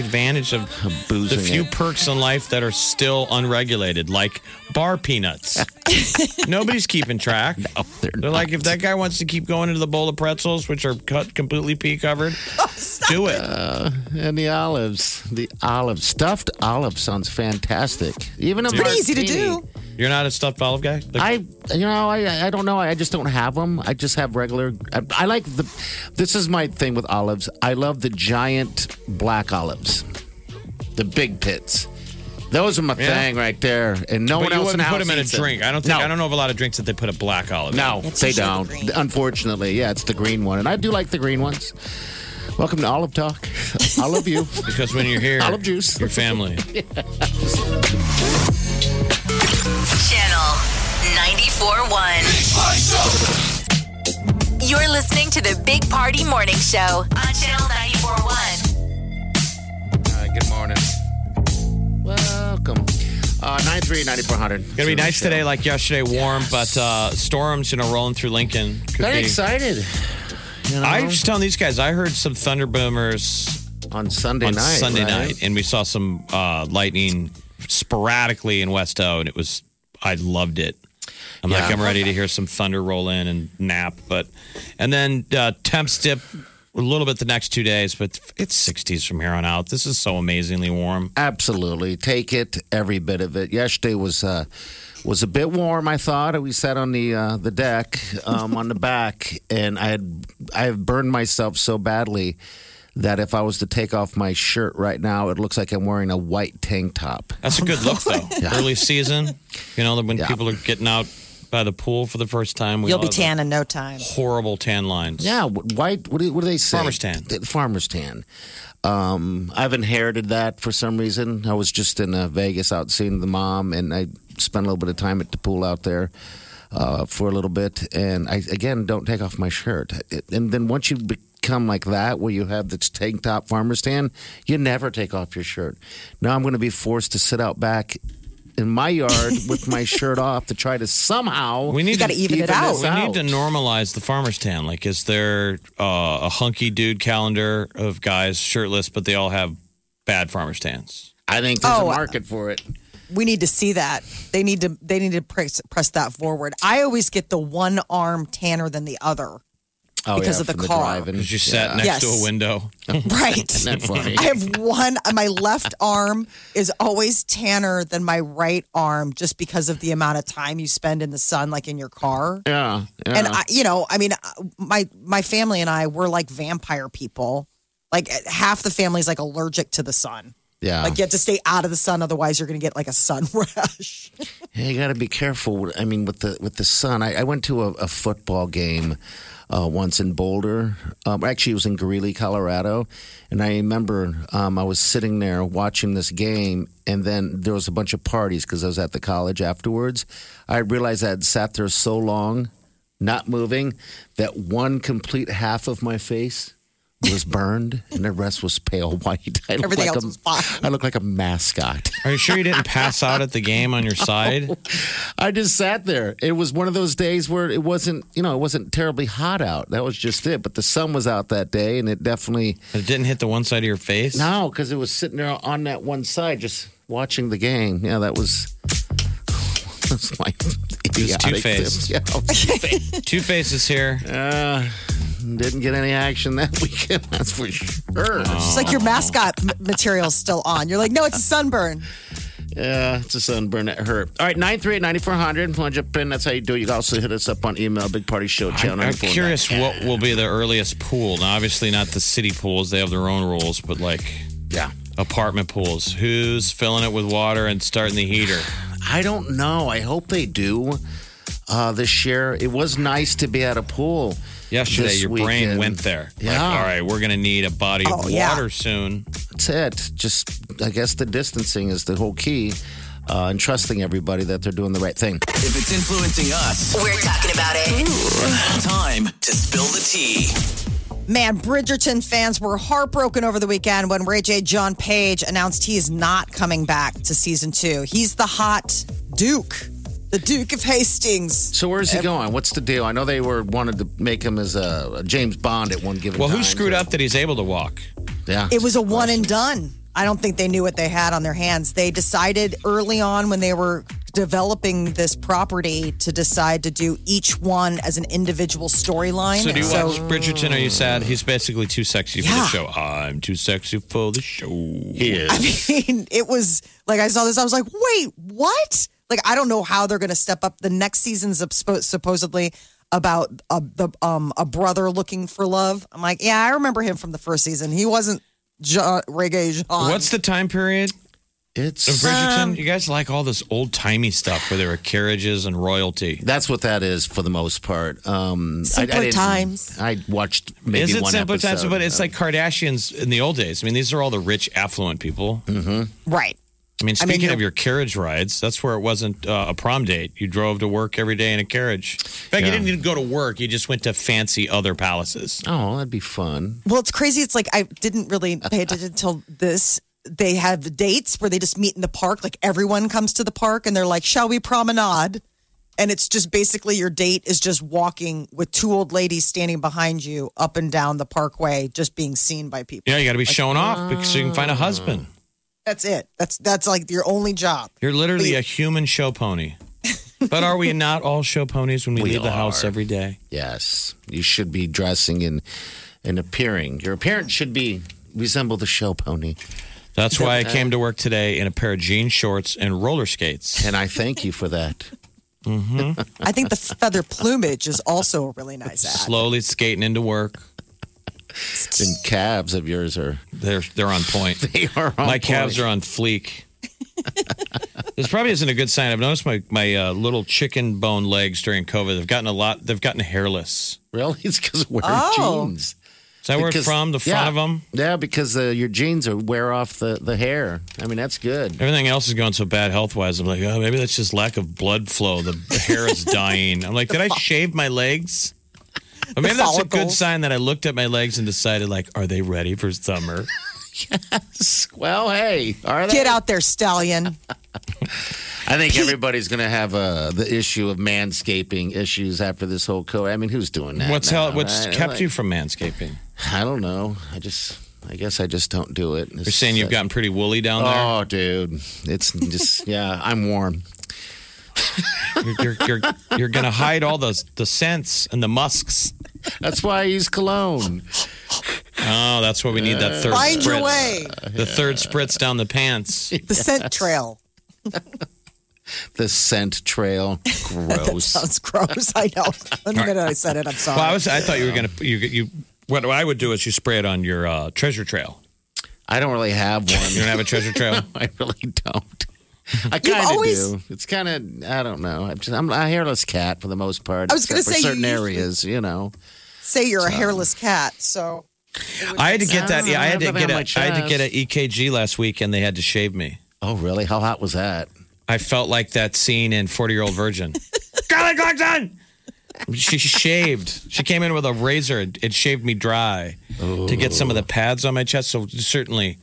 E: advantage of the
A: boozing
E: few
A: it.
E: perks in life that are still unregulated, like bar peanuts. Nobody's keeping track.
A: they're
E: like, if that guy wants to keep going into the bowl of pretzels, which are cut completely pea covered,
A: Oh,
E: do it.
A: Uh, and the olives, the olives, stuffed olive sounds fantastic. Even a
E: Pretty easy to
A: martini.
E: You're not a stuffed olive guy. Like,
A: I, you know, I, I don't know. I just don't have them. I just have regular. I, I like the. This is my thing with olives. I love the giant black olives, the big pits. Those are my
E: Yeah.
A: thing right there, and no
E: but
A: one
E: you
A: else in
E: wouldn't
A: the
E: put
A: house
E: them in a
A: eats 'em.
E: drink. I don't think
A: No.
E: I don't know of a lot of drinks that they put a black olive.
A: No,
E: in.
A: they don't. Unfortunately, yeah, it's the green one, and I do like the green ones. Welcome to Olive Talk. I love you.
E: Because when you're here,
A: Olive juice.
E: your family.
C: Channel 94.1. You're listening to the Big Party Morning Show on Channel 94.1.
A: All right, good morning. Welcome. Uh, 93 9400.
E: Gonna be nice today, like yesterday, warm, but uh, storms, you know, rolling through Lincoln. Could
A: Very
E: be-
A: excited. You know?
E: I was telling these guys, I heard some thunder boomers
A: on Sunday
E: on
A: night,
E: Sunday
A: right?
E: night, and we saw some uh, lightning sporadically in West O, and it was I loved it. I'm like
A: Yeah.
E: I'm ready to hear some thunder roll in and nap, but and then uh, temps dip a little bit the next two days, but it's 60s from here on out. This is so amazingly warm.
A: Absolutely. Take it, every bit of it. Yesterday was uh, was a bit warm, I thought. We sat on the uh, the deck um, on the back, and I had I have burned myself so badly that if I was to take off my shirt right now, it looks like I'm wearing a white tank top.
E: That's a good look though.
A: Oh, Yeah.
E: Early season, you know, when people are getting out by the pool for the first time,
B: You'll
E: all
B: be
E: have
B: tan in no time.
E: the Horrible tan lines.
A: Yeah, wh- white. What do, what do they say?
E: Farmer's tan.
A: Th- Farmer's tan. Um, I've inherited that for some reason. I was just in uh, Vegas out seeing the mom, and I spent a little bit of time at the pool out there uh, for a little bit. And I again don't take off my shirt. It- And then once you become like that, where you have this tank top farmer's tan, you never take off your shirt. Now I'm going to be forced to sit out back. In my yard with my shirt off to try to somehow
E: We need
A: to this
E: We need to
A: out.
E: normalize the farmer's tan. Like, is there uh, a hunky dude calendar of guys shirtless, but they all have bad farmer's tans?
A: I think
B: there's a Oh, uh,
A: market for it.
B: we need to see that. They need to they need to press, press that forward. I always get the one arm tanner than the other. because of the
A: Oh, from
B: car.
A: driving.
E: Because you sat next
B: Yes.
E: to a window.
B: Right.
A: Isn't that funny?
B: I have one my left arm is always tanner than my right arm just because of the amount of time you spend in the sun like in your car.
A: Yeah, yeah.
B: And I, you know, I mean, uh, my my family and I were like vampire people. Like uh, half the family's like allergic to the sun.
A: yeah.
B: Like you have to stay out of the sun, otherwise you're going to get like a sun rash.
A: Yeah, you got to be careful. I mean, with the with the sun, I, I went to a, a football game uh, once in Boulder. Um, actually, it was in Greeley, Colorado, and I remember um, I was sitting there watching this game, and then there was a bunch of parties because I was at the college afterwards. I realized I had sat there so long, not moving, that one complete half of my face was burned, and the rest was pale white. I look
E: Everything
A: like
E: else
A: a-
E: was fine.
A: I look like a mascot.
E: Are you sure you didn't pass out at the game on your side?
A: I just sat there. It was one of those days where it wasn't, you know, it wasn't terribly hot out. That was just it. But the sun was out that day, and it definitely
E: It didn't hit the one side of your face.
A: no, because it was sitting there on that one side, just watching the game. Yeah, that was. That's my
E: It's
A: idiotic
E: two faced.
A: Yeah,
E: Two faces here.
A: Uh, didn't get any action that weekend. That's for sure.
E: Uh-huh.
B: It's like your mascot m- material's still on. You're like, no, it's a sunburn.
A: Yeah, it's a sunburn. It hurt. All right, 938 9400. Want to jump in? That's how you do it. You can also hit us up on email, Big Party Show, channel
E: I'm
A: 94.
E: curious what will be the earliest pool. Now, obviously, not the city pools; they have their own rules. But like,
A: yeah,
E: apartment pools. Who's filling it with water and starting the heater?
A: I don't know. I hope they do uh, this year. It was nice to be at a pool.
E: Yesterday,
A: this
E: your brain
A: weekend.
E: went there. Like,
A: Yeah.
E: all right, we're gonna need a body of
A: Oh,
E: water
A: yeah.
E: soon.
A: That's it. Just, I guess the distancing is the whole key uh, and trusting everybody that they're doing the right thing.
D: If it's influencing us,
C: We're talking about it.
D: time to spill the tea.
B: Man, Bridgerton fans were heartbroken over the weekend when Ray J. John Page announced he is not coming back to season two. He's the hot Duke, the Duke of Hastings.
A: So where's he going? What's the deal? I know they were wanted to make him as a, a James Bond at one given
E: Well,
A: time.
E: who screwed up that he's able to walk?
A: Yeah.
B: It was a one and done. I don't think they knew what they had on their hands. They decided early on when they were developing this property to decide to do each one as an individual storyline.
E: So do
B: And
E: you
B: so-
E: watch Bridgerton? Are you sad? He's basically too sexy for the show. I'm too sexy for the show. He
A: is.
B: I mean, it was like I saw this, I was like, wait, what? Like, I don't know how they're going to step up. The next season's up- suppo- supposedly about a, the, um, a brother looking for love. I'm like, yeah, I remember him from the first season. He wasn't John, Reggae John.
E: What's the time period?
A: It's
E: of Bridgerton.
B: Um,
E: you guys like all this old timey stuff where there were carriages and royalty.
A: That's what that is for the most part. Um,
E: Simpler
A: didn't-
E: times.
A: I watched maybe
E: is it
A: one
E: simple
A: episode.
E: times? But it's like Kardashians in the old days. I mean, these are all the rich, affluent people. Mm-hmm.
B: Right.
E: I mean,
B: I mean,
E: speaking
B: you're-
E: of your carriage rides, that's where it wasn't uh, a prom date. You drove to work every day in a carriage. In fact, you
A: Yeah.
E: didn't even go to work. You just went to fancy other palaces.
A: oh, that'd be fun.
B: Well, it's crazy. It's like I didn't really pay attention until this. They have dates where they just meet in the park. Like everyone comes to the park and they're like, "Shall we promenade?" And it's just basically your date is just walking with two old ladies standing behind you up and down the parkway, just being seen by people.
E: Yeah, you got to be showing off because you can
B: Oh.
E: find a husband.
B: That's it. That's that's like your only job.
E: You're literally a human show pony. but are we not all show ponies when we, leave the house every day?
A: Yes, you should be dressing and and appearing. Your appearance should be resemble the show pony.
E: That's why I came to work today in a pair of jean shorts and roller skates.
A: And I thank you for that.
E: Mm-hmm.
B: I think the feather plumage is also a really nice ad.
E: Slowly skating into work.
A: And calves of yours are
E: they're they're on point.
A: they are. On
E: my calves are on fleek. this probably isn't a good sign. I've noticed my my uh, little chicken bone legs during COVID. They've gotten a lot. They've gotten hairless.
A: Really, it's because wearing
E: Oh.
A: jeans.
E: Is that where it's
A: Because-
E: from? The front
A: yeah.
E: of them.
A: Yeah, because uh, your jeans are wear off the, the hair. I mean, that's good.
E: Everything else is going so bad health wise. I'm like, oh, maybe that's just lack of blood flow. The hair is dying. I'm like, did I shave my legs? But
A: The
E: maybe that's a good
A: follicles.
E: sign that I looked at my legs and decided, like, are they ready for summer?
A: Well, hey, are they?
B: Get out there, stallion.
A: I think everybody's going to have uh, the issue of manscaping issues after this whole co. I mean, who's doing that?
E: what's
A: now,
E: hel- What's
A: right?
E: kept
A: Like,
E: you from manscaping?
A: I don't know. I just, I guess I just don't do it. uh,
E: You're saying you've gotten pretty woolly down there.
A: Oh, dude, it's just yeah. I'm warm.
E: You're, you're, you're, you're going to hide all the, the scents and the musks.
A: That's why I use cologne.
E: Oh, that's why we need that third
B: Find
E: spritz.
B: your way.
E: The third spritz down the pants.
B: The scent trail.
A: The scent trail.
B: That
A: Gross.
B: sounds gross. I know. The minute I said it, I'm sorry.
E: Well, I was I thought you were going to you you what I would do is you spray it on your uh, treasure trail. Um,
A: I don't really have one.
E: You don't have a treasure trail?
A: I really don't. I
B: You've
A: kind of
B: always-
A: do. It's kind of I don't know. I'm, just, I'm a hairless cat for the most part.
B: I was gonna
A: except for
B: say you
A: certain
B: usually-
A: areas, you know.
B: say you're a hairless cat. So
E: I had to get
B: Ah,
E: that.
A: sense.
E: Yeah, I had to
A: Rub it
E: get
A: on
E: a,
A: my
E: I had to get an EKG last week, and they had to shave me.
A: Oh, really? How hot was that?
E: I felt like that scene in Forty Year Old Virgin. she shaved. She came in with a razor. and It shaved me dry to get some of the pads on my chest. So certainly,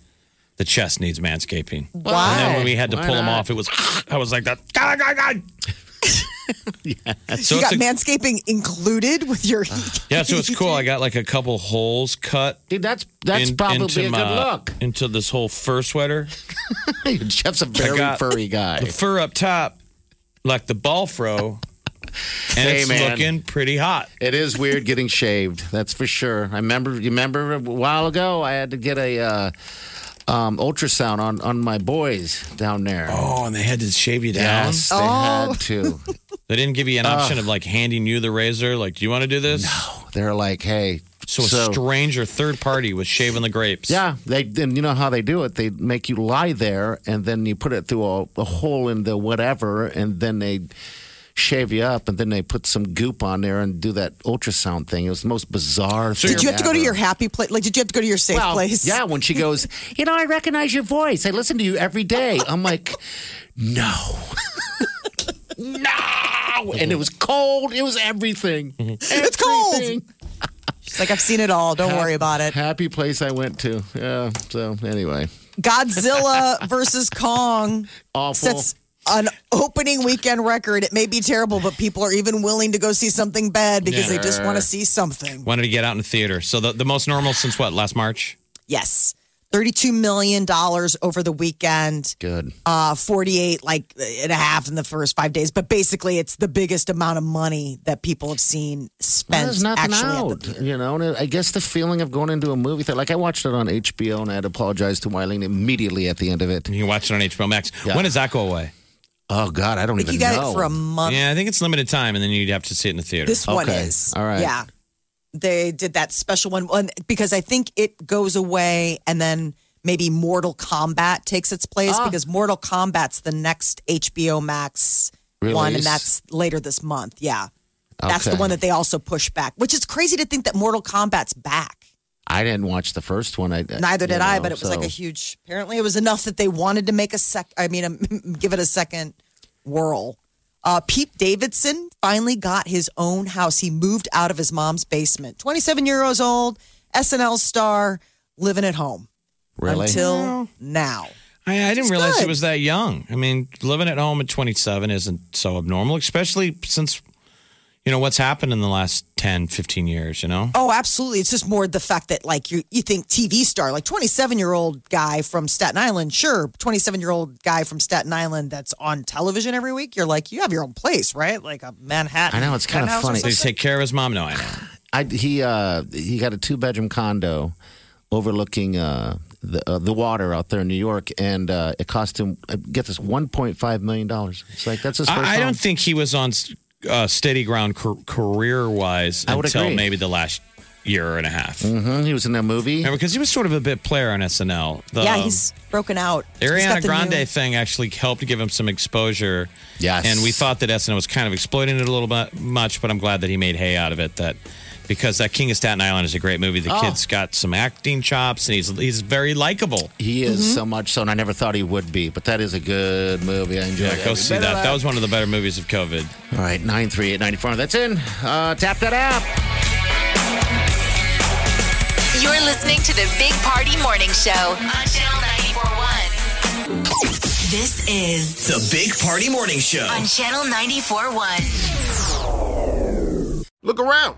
E: the chest needs manscaping.
K: Why?
E: And then when we had to
K: Why
E: pull them
K: not?
E: off, it was I was like that. God, God, God. yeah. So
B: you
E: it's
B: got
E: a, Uh,
B: manscaping included with your.
E: yeah, so it's cool. I got like a couple holes cut.
A: Dude, that's that's probably a good look.
E: into this whole fur sweater.
A: Jeff's a
E: I
A: very
E: got
A: furry guy.
E: The fur up top, like the ball fro, and
A: Hey,
E: it's
A: man.
E: looking pretty hot.
A: It is weird getting shaved. That's for sure. I remember. You remember a while ago, I had to get a uh, um, ultrasound on on my boys down there.
E: Oh, and they had to shave you down.
A: Yes, they had to.
E: They didn't give you an
A: Ugh.
E: option of like handing you the razor. Like, do you want to do this? No.
A: They're like, hey.
E: So,
A: so-
E: a stranger, third party, was shaving the grapes.
A: Yeah, they then you know how they do it. They make you lie there, and then you put it through a, a hole in the whatever, and then they shave you up, and then they put some goop on there and do that ultrasound thing. It was the most bizarre. thing
B: did you have to go to
A: ever.
B: your happy place? Like, did you have to go to your safe
A: Well,
B: place?
A: Yeah, when she goes, you know, I recognize your voice. I listen to you every day. I'm like, no, no, and it was cold. It was everything.
B: It's cold. She's like, I've seen it all. Don't worry about it.
A: Happy place I went to. Yeah. So anyway,
B: Godzilla versus Kong
A: Awful.
B: sets an opening weekend record. It may be terrible, but people are even willing to go see something bad because they just
E: Sure.
B: want to see something.
E: Wanted to get out in the theater. So the, the most normal since what? Last March.
B: Yes. $32 million over the weekend.
A: Good.
B: Uh, 48 like and a half in the first five days. But basically, it's the biggest amount of money that people have seen
A: Well,
B: spent
A: there's nothing
B: actually at the
A: out, you know. And I guess the feeling of going into a movie theater, like I watched it on HBO, and I had to apologize to Wileen immediately at the end of it.
E: You can watch it on HBO Max. When does that go away?
A: Oh God, I don't even know.
E: Yeah, I think it's limited time, and then you'd have to see it in the theater.
B: This one is.
A: All right.
B: Yeah. They did that special one one- because I think it goes away and then maybe Mortal Kombat takes its place
A: Ah.
B: because Mortal Kombat's the next HBO Max one and
A: Release?
B: that's later this month. Yeah. That's the
A: Okay.
B: one that they also push back, which is crazy to think that Mortal Kombat's back.
A: I didn't watch the first one. I
B: Neither
A: Uh, you
B: did I,
A: know,
B: but it was
A: so-
B: like a huge. Apparently, it was enough that they wanted to make a sec. I mean, um, give it a second whirl. Uh, Pete Davidson finally got his own house. He moved out of his mom's basement. Twenty-seven years old, SNL star, living at home
E: Really?
B: until
E: Wow.
B: now.
E: I, I didn't
B: It's
E: realize
B: good.
E: it was that young. I mean, living at home at 27 isn't so abnormal, especially since, you know, what's happened in the last 10, 15 years, you know?
B: Oh, absolutely. It's just more the fact that like you you think TV star, like 27-year-old guy from Staten Island, sure, 27-year-old guy from Staten Island that's on television every week, you're like, you have your own place, right? Like a Manhattan.
A: I know, it's kinda
B: penthouse or
A: funny.
E: They
B: something.
E: take care of his mom. No, I know.
A: I, he uh, he got a two bedroom condo overlooking uh, the uh, the water out there in New York, and uh, it cost him uh, get this one point five million dollars. It's like that's his first.
E: I, I
A: home.
E: don't think he was on uh, steady ground career wise
A: I would
E: until
A: agree.
E: maybe the last year and a half.
B: Mm-hmm.
A: Mhm, He was in that movie.
E: Because he was sort of a bit player on SNL. The, um,
B: yeah, he's broken out. He's
E: Ariana
B: got the
E: Grande
B: new-
E: thing actually helped give him some exposure.
A: Yes.
E: And we thought that SNL was kind of exploiting it a little bit much, but I'm glad that he made hay out of it. That because that King of Staten Island is a great movie. The
A: Oh.
E: kid's got some acting chops, and he's he's very likable.
A: He is so much so, and I never thought he would be. But that is a good movie. I enjoyed.
E: Yeah, go see that. That was one of the better movies of COVID.
A: All right, nine three eight ninety four. That's in. Uh, tap that app.
C: You're listening to the Big Party Morning Show on Channel 941. This is
D: The Big Party Morning Show.
C: on Channel 941.
J: Look around.